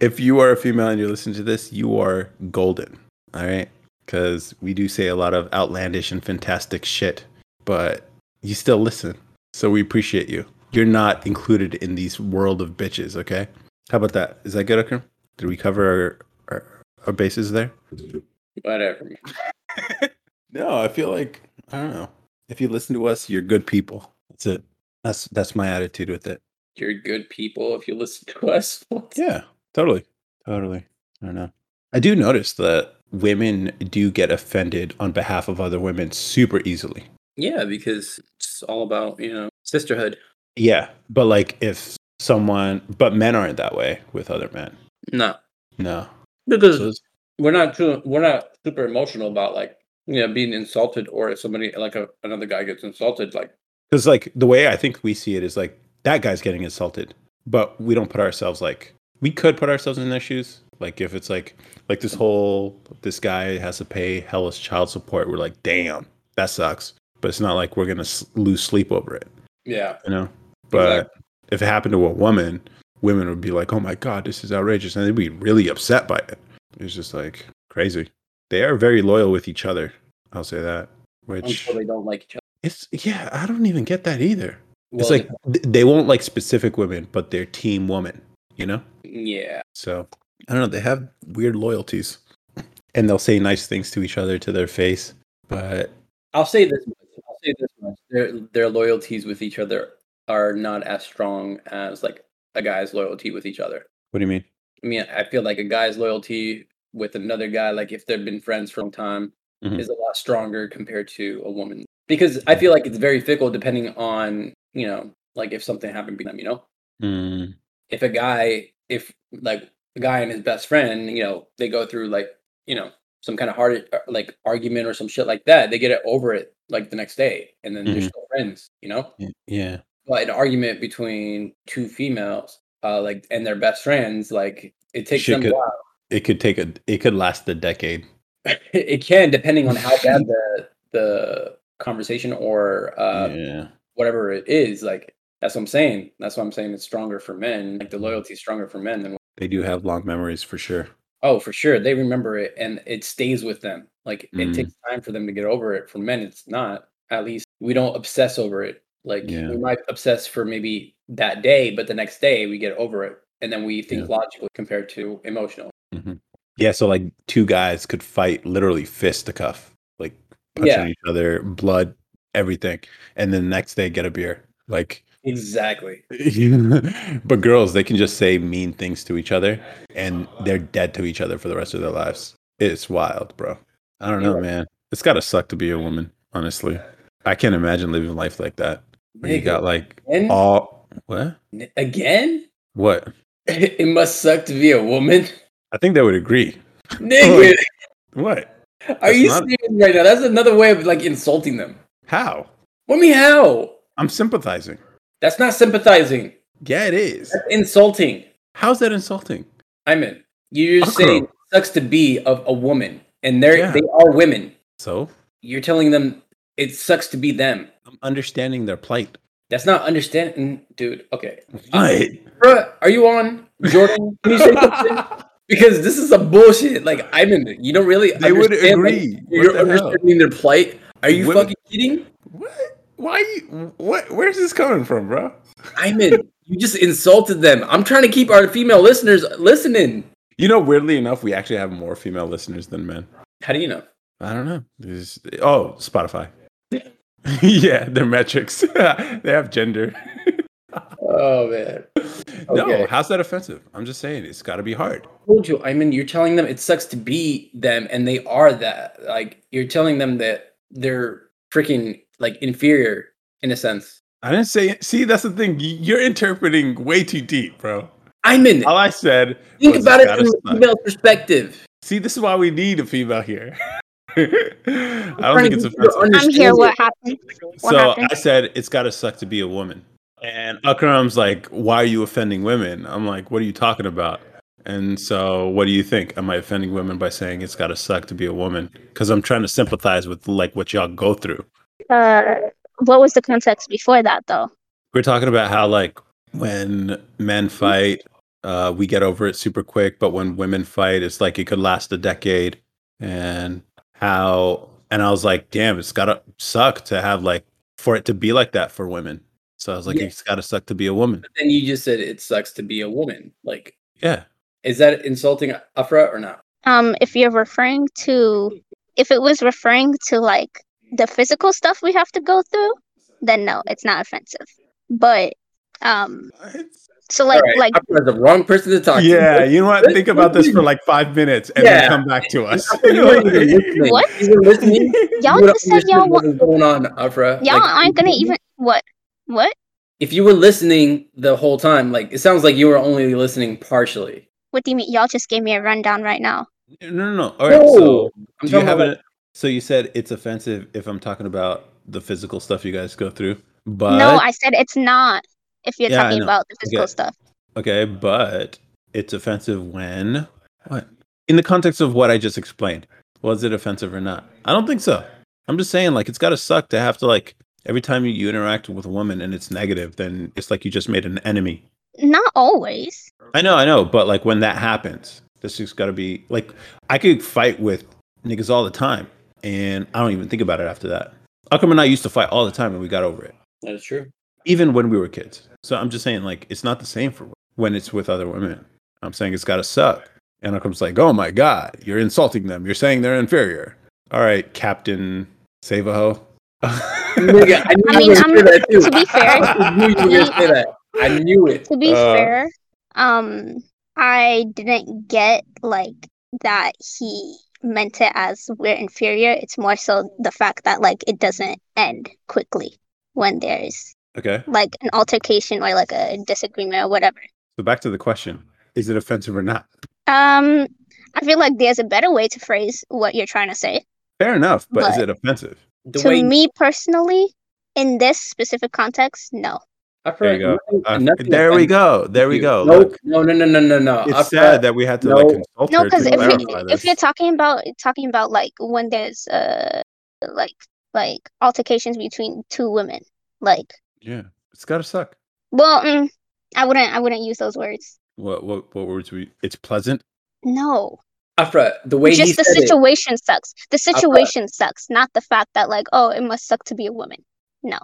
[SPEAKER 1] if you are a female and you're listening to this, you are golden, all right? Because we do say a lot of outlandish and fantastic shit, but you still listen. So we appreciate you. You're not included in these world of bitches, okay? How about that? Is that good, Akram? Did we cover our, our, our bases there?
[SPEAKER 2] Whatever. man.
[SPEAKER 1] No, I feel like I don't know. If you listen to us, you're good people. That's it. That's that's my attitude with it.
[SPEAKER 2] You're good people if you listen to us.
[SPEAKER 1] Yeah, totally, totally. I don't know. I do notice that women do get offended on behalf of other women super easily.
[SPEAKER 2] Yeah, because it's all about, you know, sisterhood.
[SPEAKER 1] Yeah, but like if someone, but men aren't that way with other men.
[SPEAKER 2] No.
[SPEAKER 1] No, So
[SPEAKER 2] Because
[SPEAKER 1] it's-
[SPEAKER 2] we're not too we're not super emotional about like you know being insulted or if somebody like a, another guy gets insulted, like
[SPEAKER 1] Because like the way I think we see it is like that guy's getting insulted, but we don't put ourselves like we could put ourselves in their shoes. Like if it's like like this whole this guy has to pay hellish child support, we're like, damn, that sucks. But it's not like we're gonna s- lose sleep over it,
[SPEAKER 2] yeah.
[SPEAKER 1] you know. But if it happened to a woman, women would be like, oh my god, this is outrageous, and they'd be really upset by it. It's just like crazy. They are very loyal with each other. I'll say that. Which
[SPEAKER 2] Until they don't like each other.
[SPEAKER 1] it's yeah, I don't even get that either
[SPEAKER 2] Well,
[SPEAKER 1] it's like th- they won't like specific women, but they're team woman, you know?
[SPEAKER 2] yeah.
[SPEAKER 1] So I don't know. They have weird loyalties and they'll say nice things to each other to their face. But
[SPEAKER 2] I'll say this much. I'll say this much. Their their loyalties with each other are not as strong as like a guy's loyalty with each other.
[SPEAKER 1] what do you mean?
[SPEAKER 2] I mean, I feel like a guy's loyalty with another guy, like if they've been friends for a long time,
[SPEAKER 1] Mhm.
[SPEAKER 2] is a lot stronger compared to a woman. because I feel like it's very fickle depending on you know like if something happened to them. You know, Hmm.
[SPEAKER 1] Mm,
[SPEAKER 2] if a guy, if like a guy and his best friend, you know, they go through like you know some kind of hard uh, like argument or some shit like that, they get it over it like the next day, and then they're
[SPEAKER 1] Mhm.
[SPEAKER 2] still friends. You know,
[SPEAKER 1] y- yeah.
[SPEAKER 2] but an argument between two females, uh, like and their best friends, like it takes
[SPEAKER 1] Shit
[SPEAKER 2] them
[SPEAKER 1] could-
[SPEAKER 2] a while.
[SPEAKER 1] It could take a. It could last a decade.
[SPEAKER 2] it can depending on how bad the the conversation or uh
[SPEAKER 1] yeah.
[SPEAKER 2] whatever it is like that's what i'm saying that's what i'm saying it's stronger for men like the loyalty is stronger for men than
[SPEAKER 1] They do have long memories for sure.
[SPEAKER 2] oh for sure they remember it and it stays with them like it
[SPEAKER 1] Mm.
[SPEAKER 2] takes time for them to get over it for men it's not at least we don't obsess over it like
[SPEAKER 1] Yeah.
[SPEAKER 2] we might obsess for maybe that day but the next day we get over it and then we think
[SPEAKER 1] Yeah.
[SPEAKER 2] logically compared to emotional
[SPEAKER 1] Yeah. So like two guys could fight literally fist to cuff, like punching
[SPEAKER 2] Yeah.
[SPEAKER 1] each other, blood, everything, and then next day get a beer. Like,
[SPEAKER 2] exactly
[SPEAKER 1] but girls, they can just say mean things to each other, and they're dead to each other for the rest of their lives. It's wild, bro. I don't know,
[SPEAKER 2] Yeah.
[SPEAKER 1] man. It's gotta suck to be a woman. Honestly, I can't imagine living life like that. Where you got like
[SPEAKER 2] again,
[SPEAKER 1] all what?
[SPEAKER 2] again?
[SPEAKER 1] What?
[SPEAKER 2] it must suck to be a woman.
[SPEAKER 1] I think they would agree.
[SPEAKER 2] Nigga,
[SPEAKER 1] What?
[SPEAKER 2] are you
[SPEAKER 1] not-
[SPEAKER 2] serious right now? That's another way of like insulting them.
[SPEAKER 1] How?
[SPEAKER 2] What me how?
[SPEAKER 1] I'm sympathizing.
[SPEAKER 2] That's not sympathizing.
[SPEAKER 1] Yeah, it is.
[SPEAKER 2] That's insulting.
[SPEAKER 1] How's that insulting?
[SPEAKER 2] I'm in. You're just
[SPEAKER 1] Akram.
[SPEAKER 2] saying it sucks to be of a woman, and they're
[SPEAKER 1] Yeah.
[SPEAKER 2] they are women.
[SPEAKER 1] So
[SPEAKER 2] You're telling them it sucks to be them.
[SPEAKER 1] I'm understanding their plight.
[SPEAKER 2] That's not understanding, dude. Okay,
[SPEAKER 1] What?
[SPEAKER 2] Bruh, are you on Jordan? Can you say something? Because this is a bullshit. Like I'm in. You don't really.
[SPEAKER 1] They would
[SPEAKER 2] understand, like,
[SPEAKER 1] agree. What
[SPEAKER 2] you're
[SPEAKER 1] the hell?
[SPEAKER 2] understanding their plight. Are you
[SPEAKER 1] Women-
[SPEAKER 2] fucking kidding?
[SPEAKER 1] what? Why? You, what? Where's this coming from, bro?
[SPEAKER 2] Hyman, you just insulted them. I'm trying to keep our female listeners listening.
[SPEAKER 1] You know, weirdly enough, we actually have more female listeners than men.
[SPEAKER 2] How do you know?
[SPEAKER 1] I don't know. This- oh, Spotify. yeah, their metrics. they have gender.
[SPEAKER 2] Oh man, Okay.
[SPEAKER 1] No, how's that offensive? I'm just saying it's got to be hard.
[SPEAKER 2] I told you, Hyman. You're telling them it sucks to be them, and they are that. Like you're telling them that they're freaking like inferior in a sense.
[SPEAKER 1] I didn't say. See, that's the thing. y- You're interpreting way too deep, bro.
[SPEAKER 2] Hyman,
[SPEAKER 1] All I said.
[SPEAKER 2] think
[SPEAKER 1] was
[SPEAKER 2] about it
[SPEAKER 1] gotta
[SPEAKER 2] from a
[SPEAKER 1] suck.
[SPEAKER 2] female perspective.
[SPEAKER 1] See, this is why we need a female here. I don't
[SPEAKER 2] trying
[SPEAKER 1] think it's
[SPEAKER 2] to get you to
[SPEAKER 1] offensive.
[SPEAKER 4] I'm
[SPEAKER 2] understand
[SPEAKER 4] here.
[SPEAKER 2] it.
[SPEAKER 4] What happened? What
[SPEAKER 1] So
[SPEAKER 4] happened?
[SPEAKER 1] I said it's got to suck to be a woman, and Akram's like, "Why are you offending women?" I'm like, "What are you talking about?" And so, what do you think? Am I offending women by saying it's got to suck to be a woman? Because I'm trying to sympathize with like what y'all go through.
[SPEAKER 4] Uh, what was the context before that, though?
[SPEAKER 1] We're talking about how like when men fight, uh, we get over it super quick, but when women fight, it's like it could last a decade. And how and I was like, damn, it's gotta suck to have like for it to be like that for women. So I was like,
[SPEAKER 2] Yeah.
[SPEAKER 1] it's gotta suck to be a woman.
[SPEAKER 2] But then you just said it sucks to be a woman. Like,
[SPEAKER 1] Yeah.
[SPEAKER 2] is that insulting Afra or not?
[SPEAKER 4] Um, if you're referring to, if it was referring to like the physical stuff we have to go through, then no, it's not offensive. But um, so like
[SPEAKER 2] All right,
[SPEAKER 4] like
[SPEAKER 2] Afra is the wrong person to talk
[SPEAKER 1] Yeah,
[SPEAKER 2] to.
[SPEAKER 1] you know what? Think about this for like five minutes and
[SPEAKER 2] Yeah.
[SPEAKER 1] then come back to us.
[SPEAKER 2] Afra, you weren't even listening.
[SPEAKER 4] What?
[SPEAKER 2] You were listening.
[SPEAKER 4] y'all
[SPEAKER 2] You would
[SPEAKER 4] just said
[SPEAKER 2] understand
[SPEAKER 4] y'all
[SPEAKER 2] what
[SPEAKER 4] want
[SPEAKER 2] was going on, Afra.
[SPEAKER 4] y'all
[SPEAKER 2] Like,
[SPEAKER 4] aren't
[SPEAKER 1] mm-hmm.
[SPEAKER 4] gonna even what what?
[SPEAKER 2] If you were listening the whole time, like it sounds like you were only listening partially.
[SPEAKER 4] What do you mean? Y'all just gave me a rundown right now.
[SPEAKER 1] no, no, no. All right.
[SPEAKER 2] No.
[SPEAKER 1] So
[SPEAKER 2] I'm
[SPEAKER 1] do you
[SPEAKER 2] talking
[SPEAKER 1] have
[SPEAKER 2] about
[SPEAKER 1] a, so you said it's offensive if I'm talking about the physical stuff you guys go through. But
[SPEAKER 4] no, I said it's not. If you're
[SPEAKER 1] Yeah, I
[SPEAKER 4] talking
[SPEAKER 1] know.
[SPEAKER 4] about the physical
[SPEAKER 1] Okay.
[SPEAKER 4] stuff,
[SPEAKER 1] Okay, but it's offensive when what? In the context of what I just explained, was it offensive or not? I don't think so. I'm just saying, like, it's got to suck to have to like every time you, you interact with a woman and it's negative, then it's like you just made an enemy.
[SPEAKER 4] not always.
[SPEAKER 1] I know, I know, but like when that happens, this just got to be like I could fight with niggas all the time, and I don't even think about it after that. Akram and I used to fight all the time, and we got over it,
[SPEAKER 2] that is true.
[SPEAKER 1] even when we were kids. So I'm just saying, like, it's not the same for when it's with other women. I'm saying it's got to suck. And Akram's like, oh my god, you're insulting them. You're saying they're inferior. All right, Captain Save a hoe.
[SPEAKER 2] Nigga, I knew
[SPEAKER 4] I mean,
[SPEAKER 2] you were
[SPEAKER 4] I'm-
[SPEAKER 2] gonna say that too.
[SPEAKER 4] to be fair-
[SPEAKER 2] I knew you were gonna say that. I knew it.
[SPEAKER 4] to be
[SPEAKER 1] Uh,
[SPEAKER 4] fair, um, I didn't get like that he meant it as we're inferior. It's more so the fact that like it doesn't end quickly when there's
[SPEAKER 1] Okay.
[SPEAKER 4] like an altercation or like a disagreement or whatever.
[SPEAKER 1] So back to the question: Is it offensive or not?
[SPEAKER 4] Um, I feel like there's a better way to phrase what you're trying to say.
[SPEAKER 1] Fair enough, but, is
[SPEAKER 4] But-
[SPEAKER 1] it offensive?
[SPEAKER 2] The
[SPEAKER 4] to
[SPEAKER 2] way
[SPEAKER 4] me personally, in this specific context, no.
[SPEAKER 2] I've
[SPEAKER 1] There
[SPEAKER 2] heard
[SPEAKER 1] you go.
[SPEAKER 2] nothing-
[SPEAKER 1] Uh,
[SPEAKER 2] nothing
[SPEAKER 1] there we
[SPEAKER 2] offends
[SPEAKER 1] go. There we
[SPEAKER 2] you.
[SPEAKER 1] go.
[SPEAKER 2] No,
[SPEAKER 1] Look,
[SPEAKER 2] no, no, no, no, no, no. I've
[SPEAKER 1] it's sad
[SPEAKER 2] heard-
[SPEAKER 1] that we had to
[SPEAKER 2] No.
[SPEAKER 1] like consult
[SPEAKER 4] No,
[SPEAKER 1] her
[SPEAKER 4] because
[SPEAKER 1] to
[SPEAKER 4] if you
[SPEAKER 1] clarify
[SPEAKER 4] if
[SPEAKER 1] this.
[SPEAKER 4] you're talking about talking about like when there's uh like like altercations between two women, like
[SPEAKER 1] yeah, it's gotta suck.
[SPEAKER 4] well, mm, I wouldn't I wouldn't use those words.
[SPEAKER 1] What what what words we? It's pleasant.
[SPEAKER 4] No.
[SPEAKER 2] Afra, the way he
[SPEAKER 4] just the
[SPEAKER 2] said it-
[SPEAKER 4] situation sucks. The
[SPEAKER 2] thought-
[SPEAKER 4] situation sucks, not the fact that like, oh, it must suck to be a woman.
[SPEAKER 1] I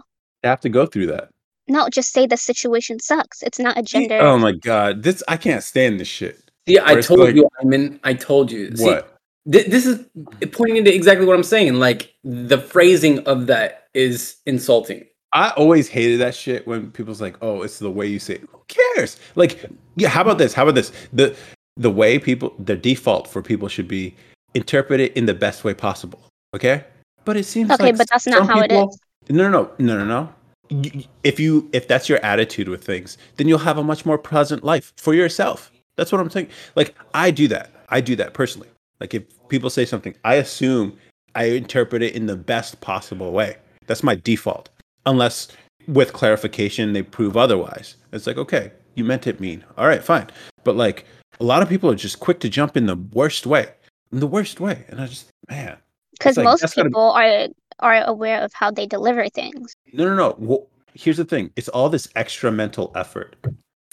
[SPEAKER 1] have to go through that.
[SPEAKER 4] No, just say the situation sucks. It's not a gender.
[SPEAKER 1] Oh my god, this I can't stand this shit.
[SPEAKER 2] See, I
[SPEAKER 1] Where it's
[SPEAKER 2] told
[SPEAKER 1] like-
[SPEAKER 2] you, Iman. I told you. See,
[SPEAKER 1] What?
[SPEAKER 2] thi- this is pointing into exactly what I'm saying. Like the phrasing of that is insulting.
[SPEAKER 1] I always hated that shit when people's like, "Oh, it's the way you say." It. Who cares? Like, yeah. How about this? How about this? The the way people, the default for people should be interpret it in the best way possible. Okay, but it seems
[SPEAKER 4] Okay,
[SPEAKER 1] like
[SPEAKER 4] but that's not
[SPEAKER 1] some
[SPEAKER 4] how it
[SPEAKER 1] people- No, no, no, no, no, no. Y- y- If you if that's your attitude with things, then you'll have a much more pleasant life for yourself. That's what I'm saying. Like I do that. I do that personally. Like if people say something, I assume I interpret it in the best possible way. That's my default unless with clarification they prove otherwise. It's like, okay, you meant it mean. All right, fine. But like a lot of people are just quick to jump in the worst way, in the worst way. And I just, man,
[SPEAKER 4] Because
[SPEAKER 1] it's like,
[SPEAKER 4] most
[SPEAKER 1] that's gotta be-
[SPEAKER 4] people are are aware of how they deliver things.
[SPEAKER 1] no, no, no. Well, here's the thing it's all this extra mental effort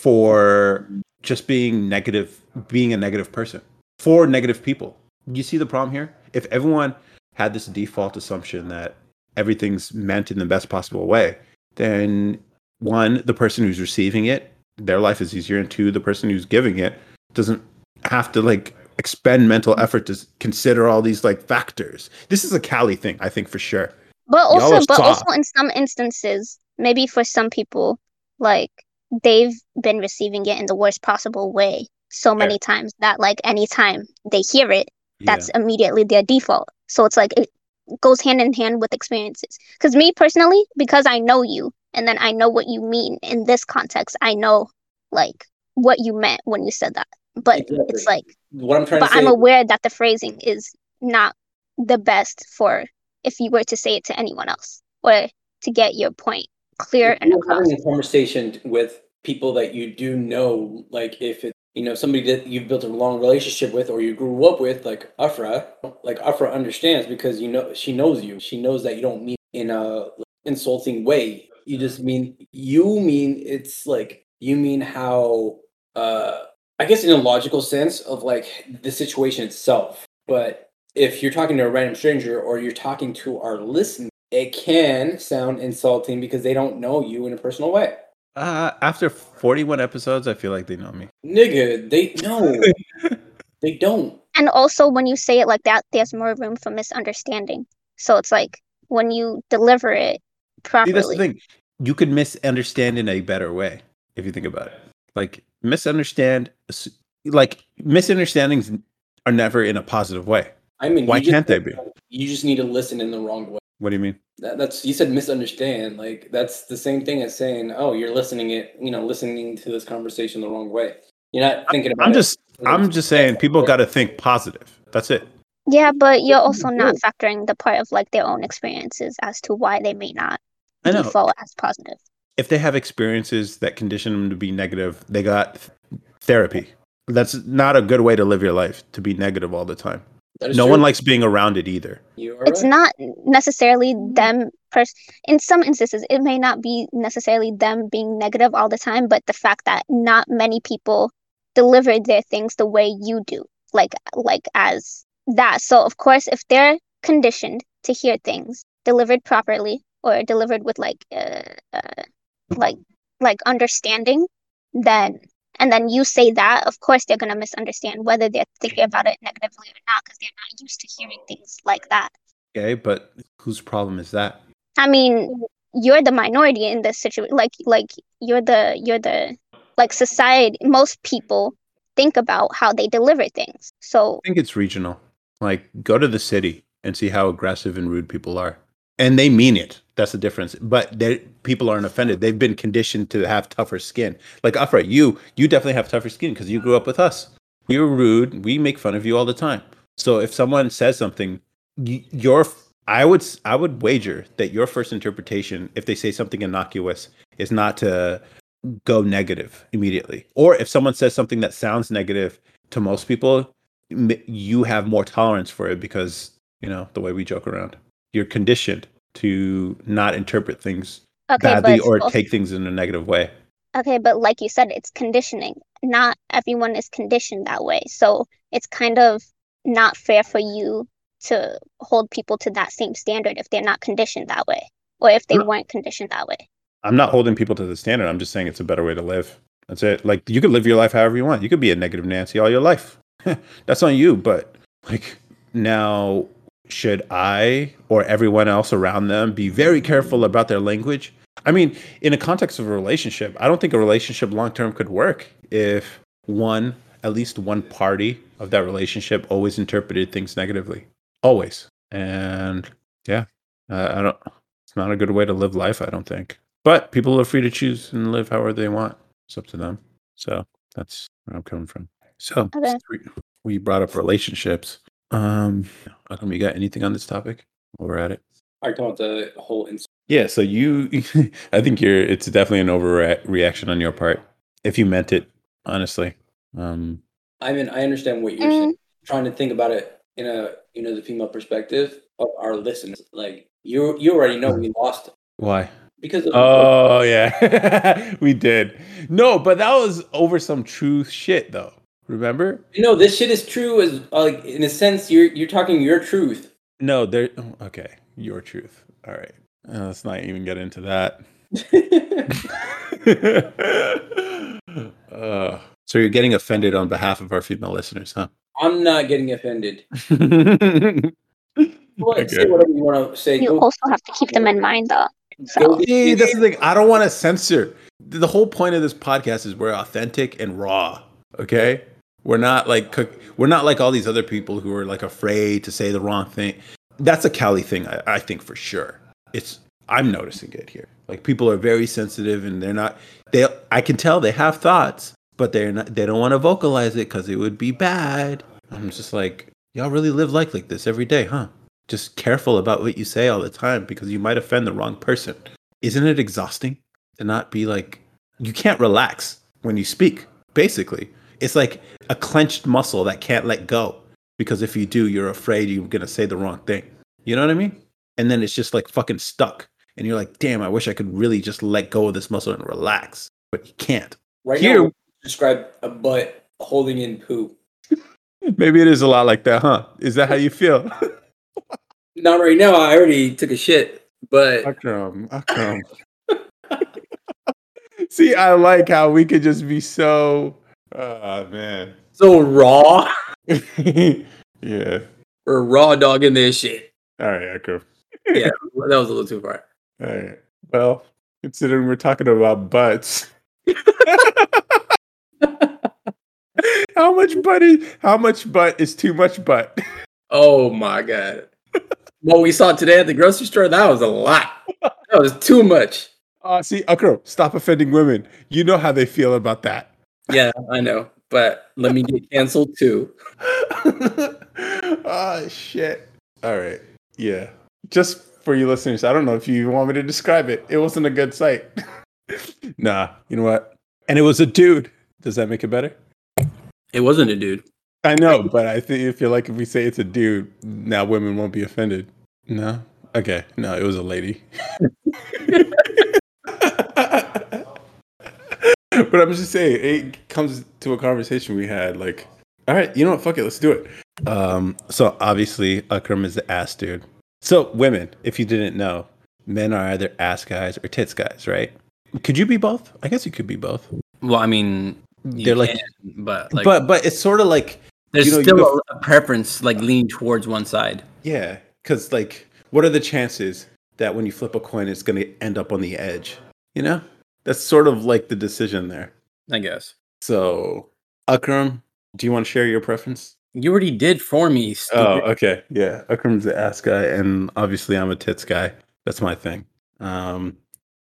[SPEAKER 1] for just being negative, being a negative person, for negative people. You see the problem here? If everyone had this default assumption that everything's meant in the best possible way, then one, the person who's receiving it, their life is easier. And two, the person who's giving it doesn't have to like expend mental effort to s- consider all these like factors. This is a Cali thing, I think, for sure.
[SPEAKER 4] But
[SPEAKER 1] Y'all
[SPEAKER 4] also
[SPEAKER 1] are
[SPEAKER 4] but
[SPEAKER 1] soft.
[SPEAKER 4] also in some instances, maybe for some people, like they've been receiving it in the worst possible way so many times that like anytime they hear it, that's immediately their default. So it's like it goes hand in hand with experiences. Because me personally, because I know you and then I know what you mean in this context, I know like what you meant when you said that. But
[SPEAKER 2] Exactly.
[SPEAKER 4] it's like,
[SPEAKER 2] What I'm trying
[SPEAKER 4] but
[SPEAKER 2] to say.
[SPEAKER 4] I'm aware that the phrasing is not the best for if you were to say it to anyone else or to get your point clear
[SPEAKER 2] if
[SPEAKER 4] and
[SPEAKER 2] you're
[SPEAKER 4] across.
[SPEAKER 2] having a conversation with people that you do know, like if it, you know somebody that you've built a long relationship with or you grew up with, like Afra, like Afra understands because you know she knows you. She knows that you don't mean in a insulting way. You just mean you mean it's like you mean how uh I guess in a logical sense of like the situation itself. But if you're talking to a random stranger or you're talking to our listener, it can sound insulting because they don't know you in a personal way.
[SPEAKER 1] Uh, after 41 episodes, I feel like they know me.
[SPEAKER 2] Nigga, they no, they don't.
[SPEAKER 4] And also, when you say it like that, there's more room for misunderstanding. So it's like when you deliver it
[SPEAKER 1] See,
[SPEAKER 4] properly.
[SPEAKER 1] that's the thing. You could misunderstand in a better way if you think about it. Like misunderstand, like misunderstandings are never in a positive way.
[SPEAKER 2] I mean,
[SPEAKER 1] Why
[SPEAKER 2] you just-
[SPEAKER 1] can't they be?
[SPEAKER 2] You just need to listen in the wrong way.
[SPEAKER 1] What do you mean?
[SPEAKER 2] That, that's you said misunderstand. Like that's the same thing as saying, oh, you're listening it. You know, listening to this conversation the wrong way. You're not thinking about.
[SPEAKER 1] I'm
[SPEAKER 2] it.
[SPEAKER 1] just, I'm just saying, people got to think positive. That's it.
[SPEAKER 4] Yeah, but you're also
[SPEAKER 2] you
[SPEAKER 4] not factoring the part of like their own experiences as to why they may not
[SPEAKER 1] I know.
[SPEAKER 4] default as positive.
[SPEAKER 1] If they have experiences that condition them to be negative, they got therapy. That's not a good way to live your life to be negative all the time.
[SPEAKER 2] That
[SPEAKER 1] No
[SPEAKER 2] is
[SPEAKER 1] one
[SPEAKER 2] true.
[SPEAKER 1] likes being around it either.
[SPEAKER 2] You are
[SPEAKER 4] It's
[SPEAKER 2] right.
[SPEAKER 4] not necessarily them pers in some instances it may not be necessarily them being negative all the time, but the fact that not many people deliver their things the way you do, like like as that. So of course, if they're conditioned to hear things delivered properly or delivered with like uh, uh like like understanding, then and then you say that, of course they're gonna misunderstand whether they're thinking about it negatively or not because they're not used to hearing things like that.
[SPEAKER 1] Okay, but whose problem is that?
[SPEAKER 4] I mean, you're the minority in this situation. Like, like you're the you're the like society. Most people think about how they deliver things. So
[SPEAKER 1] I think it's regional. Like, go to the city and see how aggressive and rude people are. And they mean it. That's the difference. But they people aren't offended. They've been conditioned to have tougher skin. Like Afra, you you definitely have tougher skin because you grew up with us. We were rude. We make fun of you all the time. So if someone says something, y- your I would s- I would wager that your first interpretation, if they say something innocuous, is not to go negative immediately. Or if someone says something that sounds negative to most people, m- you have more tolerance for it because you know the way we joke around. You're conditioned to not interpret things
[SPEAKER 4] Okay,
[SPEAKER 1] badly
[SPEAKER 4] but
[SPEAKER 1] or
[SPEAKER 4] also-
[SPEAKER 1] take things in a negative way.
[SPEAKER 4] Okay, but like you said, it's conditioning. Not everyone is conditioned that way. So it's kind of not fair for you to hold people to that same standard if they're not conditioned that way or if they
[SPEAKER 1] No.
[SPEAKER 4] weren't conditioned that way.
[SPEAKER 1] I'm not holding people to the standard. I'm just saying it's a better way to live. That's it. Like you could live your life however you want. You could be a negative Nancy all your life. That's on you. But like now, should I or everyone else around them be very careful about their language? I mean, in a context of a relationship, I don't think a relationship long term could work if one, at least one party of that relationship always interpreted things negatively. Always. And yeah, I I don't, it's not a good way to live life, I don't think. But people are free to choose and live however they want. It's up to them. So that's where I'm coming from. So
[SPEAKER 4] Okay.
[SPEAKER 1] we- we brought up relationships. Um, Malcolm, you got anything on this topic? While we're at it.
[SPEAKER 2] I talked the whole ins-
[SPEAKER 1] Yeah. So you, I think you're. It's definitely an overreaction on your part. If you meant it, honestly. Um,
[SPEAKER 2] I mean, I understand what you're
[SPEAKER 4] Mm.
[SPEAKER 2] saying. Trying to think about it in a you know the female perspective of our listeners. Like you, you already know we lost
[SPEAKER 1] why?
[SPEAKER 2] because of
[SPEAKER 1] Oh yeah, we did. No, but that was over some true shit though. Remember?
[SPEAKER 2] you know this shit is true as like in a sense you're you're talking your truth.
[SPEAKER 1] No, there. oh, Okay, your truth. All right. Uh, let's not even get into that. Uh, so you're getting offended on behalf of our female listeners, huh?
[SPEAKER 2] I'm not getting offended. Go ahead, Say
[SPEAKER 1] Okay.
[SPEAKER 2] whatever you want to say.
[SPEAKER 4] You
[SPEAKER 2] Go,
[SPEAKER 4] also have to keep them in mind though.
[SPEAKER 2] go
[SPEAKER 4] So
[SPEAKER 2] get
[SPEAKER 1] See,
[SPEAKER 2] your-
[SPEAKER 1] that's the thing. I don't want to censor. The whole point of this podcast is we're authentic and raw. Okay, we're not like cook. We're not like all these other people who are like afraid to say the wrong thing. That's a Cali thing, I, I think for sure. It's I'm noticing it here. Like people are very sensitive and they're not. They I can tell they have thoughts, but they're not. They don't want to vocalize it because it would be bad. I'm just like y'all really live life like this every day, huh? Just careful about what you say all the time because you might offend the wrong person isn't it exhausting to not be like you can't relax when you speak basically it's like a clenched muscle that can't let go because if you do you're afraid you're going to say the wrong thing you know what i mean and then it's just like fucking stuck and you're like damn i wish i could really just let go of this muscle and relax but you can't
[SPEAKER 2] right
[SPEAKER 1] here-
[SPEAKER 2] now. Describe a butt holding in poo.
[SPEAKER 1] maybe it is a lot like that huh is that how you feel
[SPEAKER 2] Not right now. I already took a shit, but
[SPEAKER 1] Akram, Akram. see i like how we could just be so oh man
[SPEAKER 2] so raw.
[SPEAKER 1] yeah.
[SPEAKER 2] We're raw dogging this shit.
[SPEAKER 1] All right, Echo.
[SPEAKER 2] Yeah, that was a little too far.
[SPEAKER 1] All right. Well, considering we're talking about butts. how much butt is how much butt is too much butt?
[SPEAKER 2] Oh my god. what we saw today at the grocery store, that was a lot. That was too much.
[SPEAKER 1] Uh, see, Akro, stop offending women. You know how they feel about that.
[SPEAKER 2] Yeah, I know. But let me get canceled too.
[SPEAKER 1] oh shit. All right. Yeah. Just for you listeners, I don't know if you want me to describe it. It wasn't a good sight. nah, you know what? And it was a dude. Does that make it better?
[SPEAKER 2] It wasn't a dude.
[SPEAKER 1] I know, but I think if you're like if we say it's a dude, now women won't be offended. No. Okay. No, it was a lady. but I'm just saying, it comes to a conversation we had. Like, all right, you know what? Fuck it, let's do it. Um. So obviously, Akram is the ass dude. So women, if you didn't know, men are either ass guys or tits guys, right? Could you be both? I guess you could be both.
[SPEAKER 2] Well, I mean, you
[SPEAKER 1] They're like-
[SPEAKER 2] can, but like,
[SPEAKER 1] but but it's sort of like
[SPEAKER 2] there's
[SPEAKER 1] you know, you
[SPEAKER 2] still
[SPEAKER 1] go-
[SPEAKER 2] a, a preference, like leaning towards one side.
[SPEAKER 1] Yeah, because like, what are the chances that when you flip a coin, it's going to end up on the edge? You know, that's sort of like the decision there.
[SPEAKER 2] I guess.
[SPEAKER 1] So, Akram, do you want to share your preference?
[SPEAKER 2] You already did for me. Stupid.
[SPEAKER 1] Oh, okay. Yeah. Akram's the ass guy, and obviously I'm a tits guy. That's my thing. Um,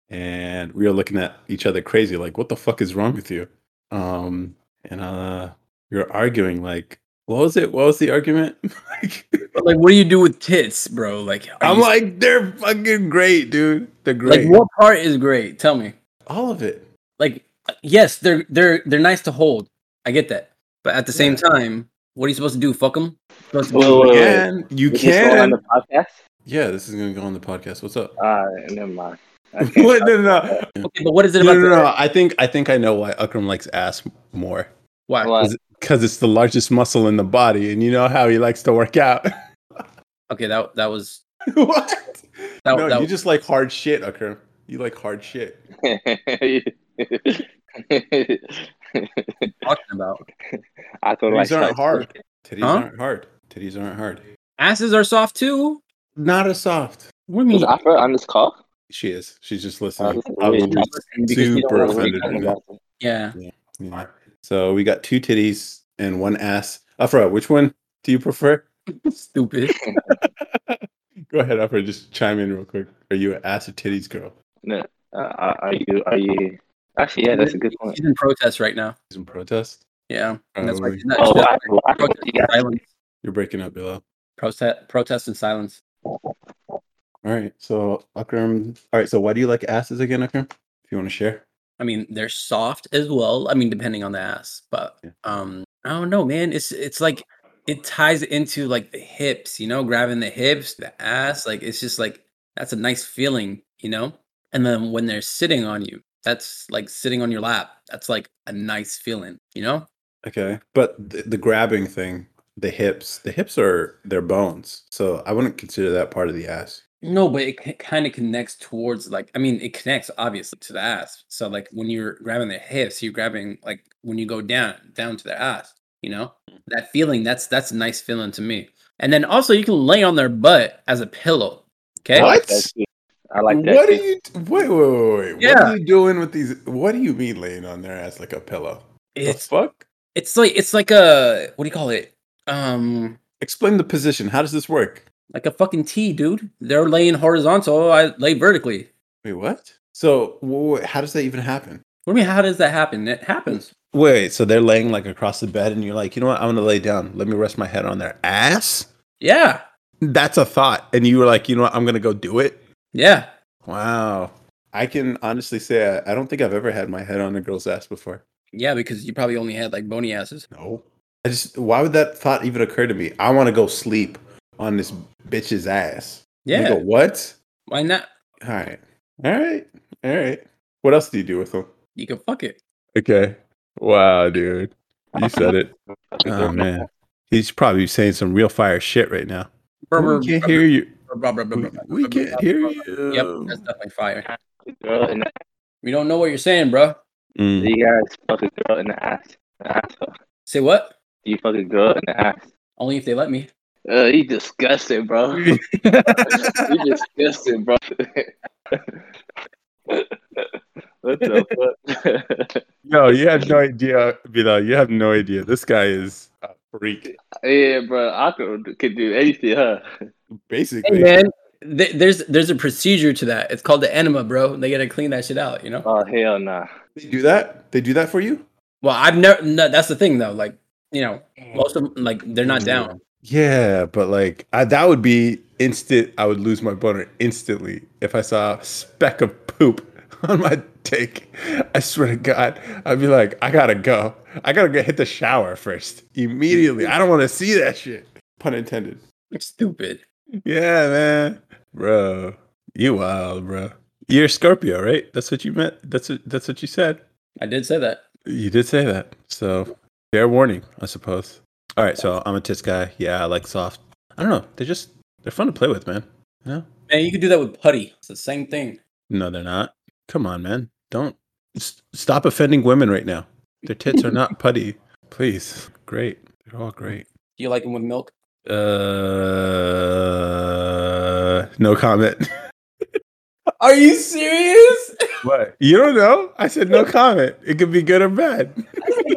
[SPEAKER 1] and we were looking at each other crazy, like, what the fuck is wrong with you? Um, and uh we were arguing, like, what was it? What was the argument? Like,
[SPEAKER 2] Like, what do you do with tits, bro? Like, are
[SPEAKER 1] Oh, I'm
[SPEAKER 2] you-
[SPEAKER 1] like, they're fucking great, dude. They're
[SPEAKER 2] like,
[SPEAKER 1] great.
[SPEAKER 2] what part is great? Tell me.
[SPEAKER 1] All of it.
[SPEAKER 2] Like, yes, they're they're they're nice to hold. I get that, but at the same time, what are you supposed to do? Fuck them?
[SPEAKER 3] Whoa, whoa, whoa.
[SPEAKER 1] And you
[SPEAKER 3] Is this going
[SPEAKER 1] can.
[SPEAKER 3] on the podcast?
[SPEAKER 1] Yeah, this is gonna go on the podcast. What's up?
[SPEAKER 3] All right, never mind. I can't
[SPEAKER 1] What?
[SPEAKER 3] talk
[SPEAKER 1] No, no,
[SPEAKER 3] about
[SPEAKER 1] no.
[SPEAKER 3] that.
[SPEAKER 2] Okay, but what is it
[SPEAKER 1] uh, No,
[SPEAKER 2] about?
[SPEAKER 1] no,
[SPEAKER 2] the-
[SPEAKER 1] no. I think I think I know why Akram likes ass more.
[SPEAKER 2] Why?
[SPEAKER 3] Why?
[SPEAKER 1] because it's the largest muscle in the body, and you know how he likes to work out.
[SPEAKER 2] Okay, that that was
[SPEAKER 1] what?
[SPEAKER 2] that,
[SPEAKER 1] no,
[SPEAKER 2] that
[SPEAKER 1] you just like hard shit, Akram. You like hard shit.
[SPEAKER 2] was talking about.
[SPEAKER 3] I thought like
[SPEAKER 1] Titties aren't
[SPEAKER 3] sex.
[SPEAKER 1] hard. Titties
[SPEAKER 2] Huh?
[SPEAKER 1] aren't hard. Titties aren't hard.
[SPEAKER 2] Asses are soft too.
[SPEAKER 1] Not as soft.
[SPEAKER 2] What do you
[SPEAKER 3] Is
[SPEAKER 2] mean?
[SPEAKER 3] Opera on this call?
[SPEAKER 1] She is. She's
[SPEAKER 2] Oh,
[SPEAKER 1] just
[SPEAKER 3] Uh,
[SPEAKER 1] listening.
[SPEAKER 3] it's
[SPEAKER 1] I was
[SPEAKER 3] weird.
[SPEAKER 1] just
[SPEAKER 3] Because you don't
[SPEAKER 1] super
[SPEAKER 3] know what you're
[SPEAKER 1] offended.
[SPEAKER 3] talking
[SPEAKER 1] by
[SPEAKER 3] about.
[SPEAKER 2] Yeah.
[SPEAKER 1] that. Yeah. So we got two titties and one ass. Afra, which one do you prefer?
[SPEAKER 2] Stupid.
[SPEAKER 1] Go ahead, Afra. Just chime in real quick. Are you an ass or titties girl?
[SPEAKER 3] Uh, are are you? Are you? Actually, yeah, that's a good point.
[SPEAKER 2] She's in protest right now.
[SPEAKER 1] She's in protest.
[SPEAKER 2] Yeah. And that's why
[SPEAKER 5] Um,
[SPEAKER 1] Probably.
[SPEAKER 2] she's not,
[SPEAKER 3] Oh,
[SPEAKER 2] she's not
[SPEAKER 3] I, well, I thought
[SPEAKER 2] protest,
[SPEAKER 3] you
[SPEAKER 2] and
[SPEAKER 3] guys-
[SPEAKER 2] silence.
[SPEAKER 1] You're breaking up, below.
[SPEAKER 2] Protest, protest and silence.
[SPEAKER 1] All right. So Akram. All right. So why do you like asses again, Akram? If you want to share.
[SPEAKER 2] I mean, they're soft as well. I mean, depending on the ass, but
[SPEAKER 1] Yeah.
[SPEAKER 2] um, I don't know, man. It's it's like it ties into like the hips, you know, grabbing the hips, the ass. Like it's just like that's a nice feeling, you know. And then when they're sitting on you, that's like sitting on your lap. That's like a nice feeling, you know.
[SPEAKER 1] Okay. But the, the grabbing thing, the hips, the hips are their bones. So I wouldn't consider that part of the ass.
[SPEAKER 2] No, but it kind of connects towards like I mean it connects obviously to the ass. So like when you're grabbing their hips, you're grabbing like when you go down down to their ass. You know
[SPEAKER 1] Mm.
[SPEAKER 2] that feeling. That's that's a nice feeling to me. And then also you can lay on their butt as a pillow. Okay.
[SPEAKER 3] I like
[SPEAKER 1] What?
[SPEAKER 3] that shit. I like that.
[SPEAKER 1] what are
[SPEAKER 3] shit.
[SPEAKER 1] you? t- Wait, wait, wait, wait. What
[SPEAKER 2] Yeah.
[SPEAKER 1] are you doing with these? What do you mean laying on their ass like a pillow?
[SPEAKER 2] It's
[SPEAKER 1] the fuck.
[SPEAKER 2] it's like it's like a what do you call it? Um,
[SPEAKER 1] Explain the position. How does this work?
[SPEAKER 2] like a fucking T, dude. They're laying horizontal. I lay vertically.
[SPEAKER 1] Wait, what? So wh- wh- how does that even happen?
[SPEAKER 2] What do you mean? How does that happen? It happens.
[SPEAKER 1] Wait. So they're laying like across the bed, and you're like, you know what? I'm gonna lay down. Let me rest my head on their ass.
[SPEAKER 2] Yeah.
[SPEAKER 1] that's a thought and you were like you know what i'm gonna go do it
[SPEAKER 2] Yeah.
[SPEAKER 1] wow i can honestly say i, I don't think i've ever had my head on a girl's ass before
[SPEAKER 2] Yeah. Because you probably only had like bony asses.
[SPEAKER 1] no i just why would that thought even occur to me i want to go sleep on this bitch's ass You
[SPEAKER 2] Yeah.
[SPEAKER 1] go, what
[SPEAKER 2] Why not?
[SPEAKER 1] all right all right all right what else do you do with them
[SPEAKER 2] You can fuck it.
[SPEAKER 1] okay wow dude you said it oh man he's probably saying some real fire shit right now we can't hear you we, we can't hear you
[SPEAKER 2] Yep, that's definitely fire.
[SPEAKER 3] Girl in the,
[SPEAKER 2] We don't know what you're saying, bro.
[SPEAKER 1] Mm.
[SPEAKER 3] you guys fuck a girl in the ass. Asshole.
[SPEAKER 2] Say what?
[SPEAKER 3] You fuck a girl in the ass.
[SPEAKER 2] Only if they let me.
[SPEAKER 3] Uh, you disgusting, bro. you disgusting, bro. what the fuck?
[SPEAKER 1] No, you have no idea, Bilal. You have no idea. This guy is a freak,
[SPEAKER 3] yeah, bro. I could, could do anything, huh?
[SPEAKER 1] basically.
[SPEAKER 2] man, th- there's there's a procedure to that. It's called the enema, bro. They gotta clean that shit out, you know.
[SPEAKER 3] Oh hell nah.
[SPEAKER 1] They do that? They do that for you?
[SPEAKER 2] Well, I've never. No, that's the thing, though. Like, you know, most of 'em, like they're not down.
[SPEAKER 1] Yeah, but like I, that would be instant. I would lose my boner instantly if I saw a speck of poop on my dick. I swear to God, I'd be like, I gotta go. I gotta get hit the shower first immediately. I don't want to see that shit. Pun intended.
[SPEAKER 2] It's stupid.
[SPEAKER 1] Yeah, man, bro, you wild, bro. You're Scorpio, right? That's what you meant. That's what, that's what you said.
[SPEAKER 2] I did say that.
[SPEAKER 1] You did say that. So fair warning, I suppose. All right, so I'm a tits guy. Yeah, I like soft. I don't know. They're just they're fun to play with, man. No,
[SPEAKER 2] Man, you could do that with putty. It's the same thing.
[SPEAKER 1] no, they're not. Come on, man. Don't s- stop offending women right now. Their tits are not putty. Please, great. They're all great.
[SPEAKER 2] Do you like them with milk?
[SPEAKER 1] Uh, no comment.
[SPEAKER 2] Are you serious?
[SPEAKER 1] What? You don't know? I said no comment. It could be good or bad.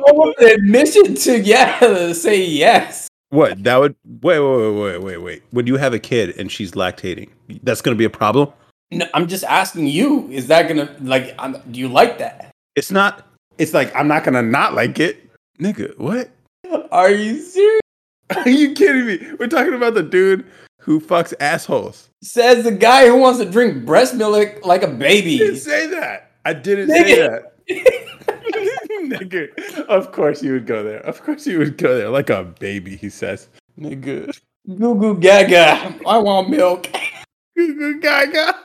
[SPEAKER 2] Almost admission to yeah. Say yes.
[SPEAKER 5] What that would wait wait wait wait wait wait. When you have a kid and she's lactating, that's going to be a problem.
[SPEAKER 2] No, I'm just asking you. Is that gonna like? I'm, do you like that?
[SPEAKER 5] It's not. It's like I'm not going to not like it, nigga. What?
[SPEAKER 2] Are you serious?
[SPEAKER 5] Are you kidding me? We're talking about the dude who fucks assholes.
[SPEAKER 2] Says the guy who wants to drink breast milk like, like a
[SPEAKER 5] I
[SPEAKER 2] baby.
[SPEAKER 5] didn't say that. I didn't say
[SPEAKER 2] Nigga.
[SPEAKER 5] that. Nigga. Of course you would go there. Of course you would go there. Like a baby, he says. Nigga.
[SPEAKER 2] Goo goo gaga. I want milk.
[SPEAKER 5] Gaga.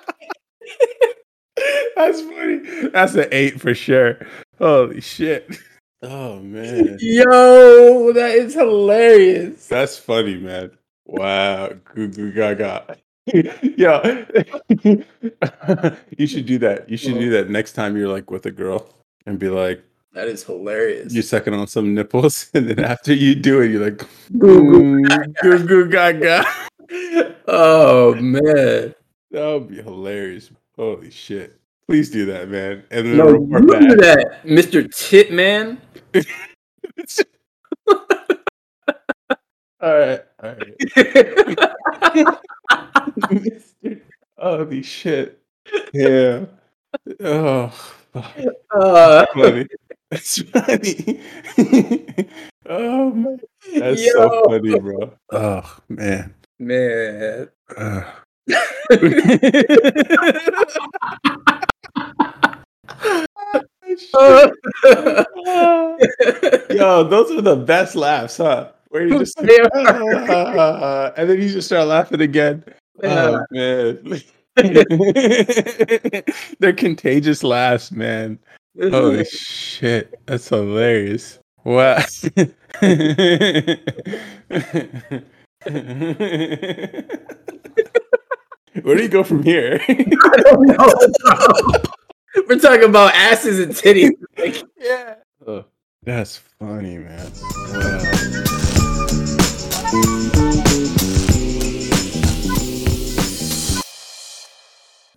[SPEAKER 5] That's funny. That's an eight for sure. Holy shit. Oh man.
[SPEAKER 2] Yo, that is hilarious.
[SPEAKER 5] That's funny, man. Wow, goo goo gaga. Yo, you should do that. You should do that next time you're like with a girl and be like,
[SPEAKER 2] That is hilarious.
[SPEAKER 5] you're sucking on some nipples, and then after you do it, you're like, "Mm, goo goo gaga.
[SPEAKER 2] oh man.
[SPEAKER 5] That would be hilarious. Holy shit. Please do that, man. And then
[SPEAKER 2] No,
[SPEAKER 5] report
[SPEAKER 2] you do
[SPEAKER 5] back.
[SPEAKER 2] that, Mr. Titman.
[SPEAKER 5] All right, all right.
[SPEAKER 2] Uh,
[SPEAKER 5] Mister- Holy shit. Yeah. Oh, fuck.
[SPEAKER 2] Uh,
[SPEAKER 5] funny. That's funny. oh man, that's so
[SPEAKER 2] Yo.
[SPEAKER 5] funny, bro. Oh man.
[SPEAKER 2] man.
[SPEAKER 5] Ugh.
[SPEAKER 2] Oh,
[SPEAKER 5] Yo, those are the best laughs, huh? Where you just
[SPEAKER 2] They
[SPEAKER 5] and then you just start laughing again. Oh man. They're contagious laughs, man. Holy shit, that's hilarious. Wow. Where do you go from here?
[SPEAKER 2] I don't know. We're talking about asses and titties.
[SPEAKER 5] yeah. that's funny, man.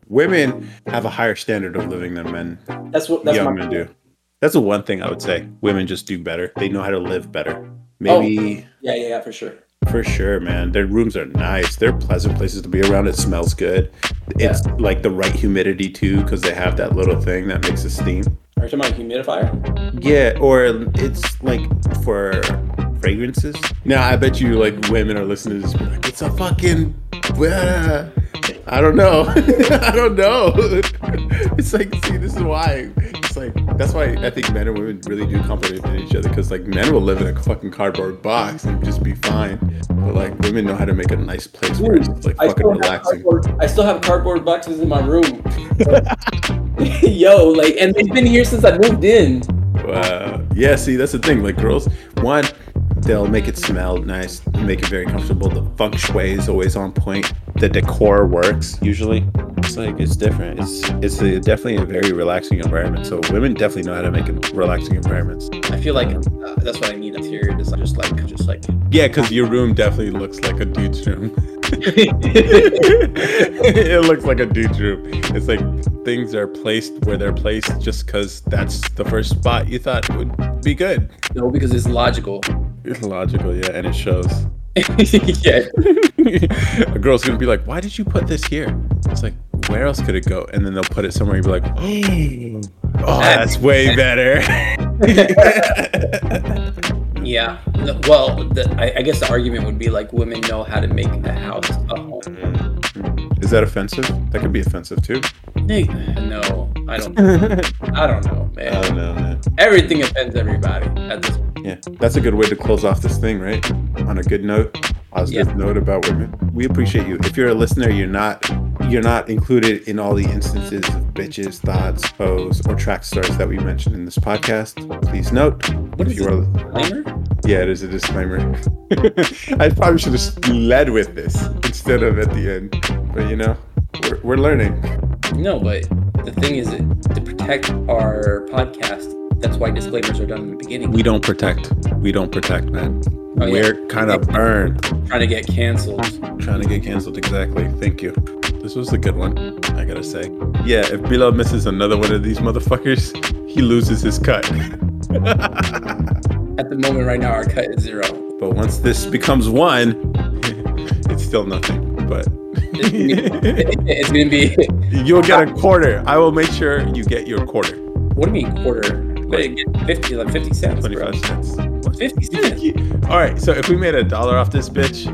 [SPEAKER 5] Women have a higher standard of living than men.
[SPEAKER 2] That's what.
[SPEAKER 5] young men do. That's the one thing I would say. Women just do better. They know how to live better. Maybe
[SPEAKER 2] Yeah, yeah, yeah, for sure.
[SPEAKER 5] for sure, man. Their rooms are nice. They're pleasant places to be around. It smells good. It's like the right humidity too, because they have that little thing that makes it steam.
[SPEAKER 2] Are you talking about humidifier?
[SPEAKER 5] Yeah, or it's like for fragrances. Now I bet you like women are listening to this. be Like, it's a fucking. blah." I don't know. I don't know. it's like, see, this is why. It's like that's why I think men and women really do complement each other because like men will live in a fucking cardboard box and just be fine, but like women know how to make a nice place where it's like
[SPEAKER 2] I
[SPEAKER 5] fucking
[SPEAKER 2] still, have
[SPEAKER 5] relaxing.
[SPEAKER 2] cardboard, I still have cardboard boxes in my room. Yo, like, and they've been here since I moved in.
[SPEAKER 5] Wow. Yeah, see, that's the thing. Like, girls, one, they'll make it smell nice, make it very comfortable. The feng shui is always on point. The decor works usually. It's like it's different. It's it's a, definitely a very relaxing environment. So women definitely know how to make relaxing environments.
[SPEAKER 6] I feel like uh, that's what I need up here. Just, just like, just like.
[SPEAKER 5] Yeah, because your room definitely looks like a dude's room. it looks like a dude's room. It's like things are placed where they're placed just because that's the first spot you thought would be good.
[SPEAKER 6] No, because it's logical.
[SPEAKER 5] It's logical, yeah, and it shows.
[SPEAKER 6] yeah.
[SPEAKER 5] a girl's gonna be like, "Why did you put this here?" It's like, where else could it go? And then they'll put it somewhere. and You'll be like, "Oh, that's way better."
[SPEAKER 6] Yeah. No, Well, the, I, I guess the argument would be like women know how to make the house a home.
[SPEAKER 5] Is that offensive? That could be offensive too.
[SPEAKER 6] Nigga, No, I don't.
[SPEAKER 5] I
[SPEAKER 6] I don't know, man.
[SPEAKER 5] don't know, man.
[SPEAKER 6] Everything offends everybody at this.
[SPEAKER 5] Yeah, that's a good way to close off this thing, right? On a good note, positive note about women. We appreciate you. If you're a listener, you're not you're not included in all the instances of bitches, thoughts, foes, or track stars that we mentioned in this podcast. Please note,
[SPEAKER 6] What
[SPEAKER 5] if
[SPEAKER 6] is
[SPEAKER 5] you
[SPEAKER 6] it?
[SPEAKER 5] are
[SPEAKER 6] Disclaimer?
[SPEAKER 5] Yeah, it is a disclaimer. I probably should have led with this instead of at the end. But you know, we're, we're learning.
[SPEAKER 6] No, but the thing is, to protect our podcast, that's why disclaimers are done in the beginning.
[SPEAKER 5] We don't protect. We don't protect, man.
[SPEAKER 6] Oh, yeah.
[SPEAKER 5] We're kind of burned
[SPEAKER 6] trying to get canceled.
[SPEAKER 5] trying to get canceled. Exactly. Thank you. This was a good one, I gotta say. Yeah, if Bilal misses another one of these motherfuckers, he loses his cut.
[SPEAKER 6] At the moment, right now, our cut is zero.
[SPEAKER 5] But once this becomes one, it's still nothing. But
[SPEAKER 2] it's gonna be.
[SPEAKER 5] you'll get a quarter. I will make sure you get your quarter.
[SPEAKER 2] What do you mean quarter? What do you get? Fifty, like fifty cents, bro.
[SPEAKER 5] 25 cents.
[SPEAKER 2] Fifty cents.
[SPEAKER 5] All right, so if we made a dollar off this bitch,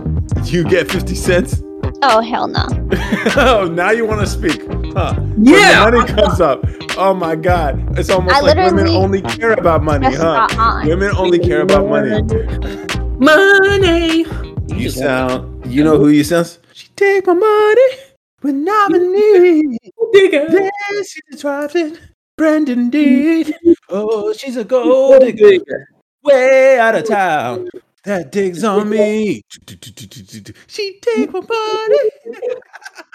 [SPEAKER 5] you get 50 cents.
[SPEAKER 4] Oh hell no.
[SPEAKER 5] oh, now you want to speak. Huh. When the
[SPEAKER 7] Yeah.
[SPEAKER 5] money comes up. Oh my God. It's almost
[SPEAKER 4] I
[SPEAKER 5] like women
[SPEAKER 4] literally-
[SPEAKER 5] only care about money,
[SPEAKER 4] That's
[SPEAKER 5] huh?
[SPEAKER 4] not on.
[SPEAKER 5] Women only care about money.
[SPEAKER 2] Money.
[SPEAKER 5] You sound, you know who you sound? She take my money when I'm in need.
[SPEAKER 2] digger.
[SPEAKER 5] Yeah, she's driving. Brendan did. Oh, she's a gold digger. way out of town. That digs on me. She take my money.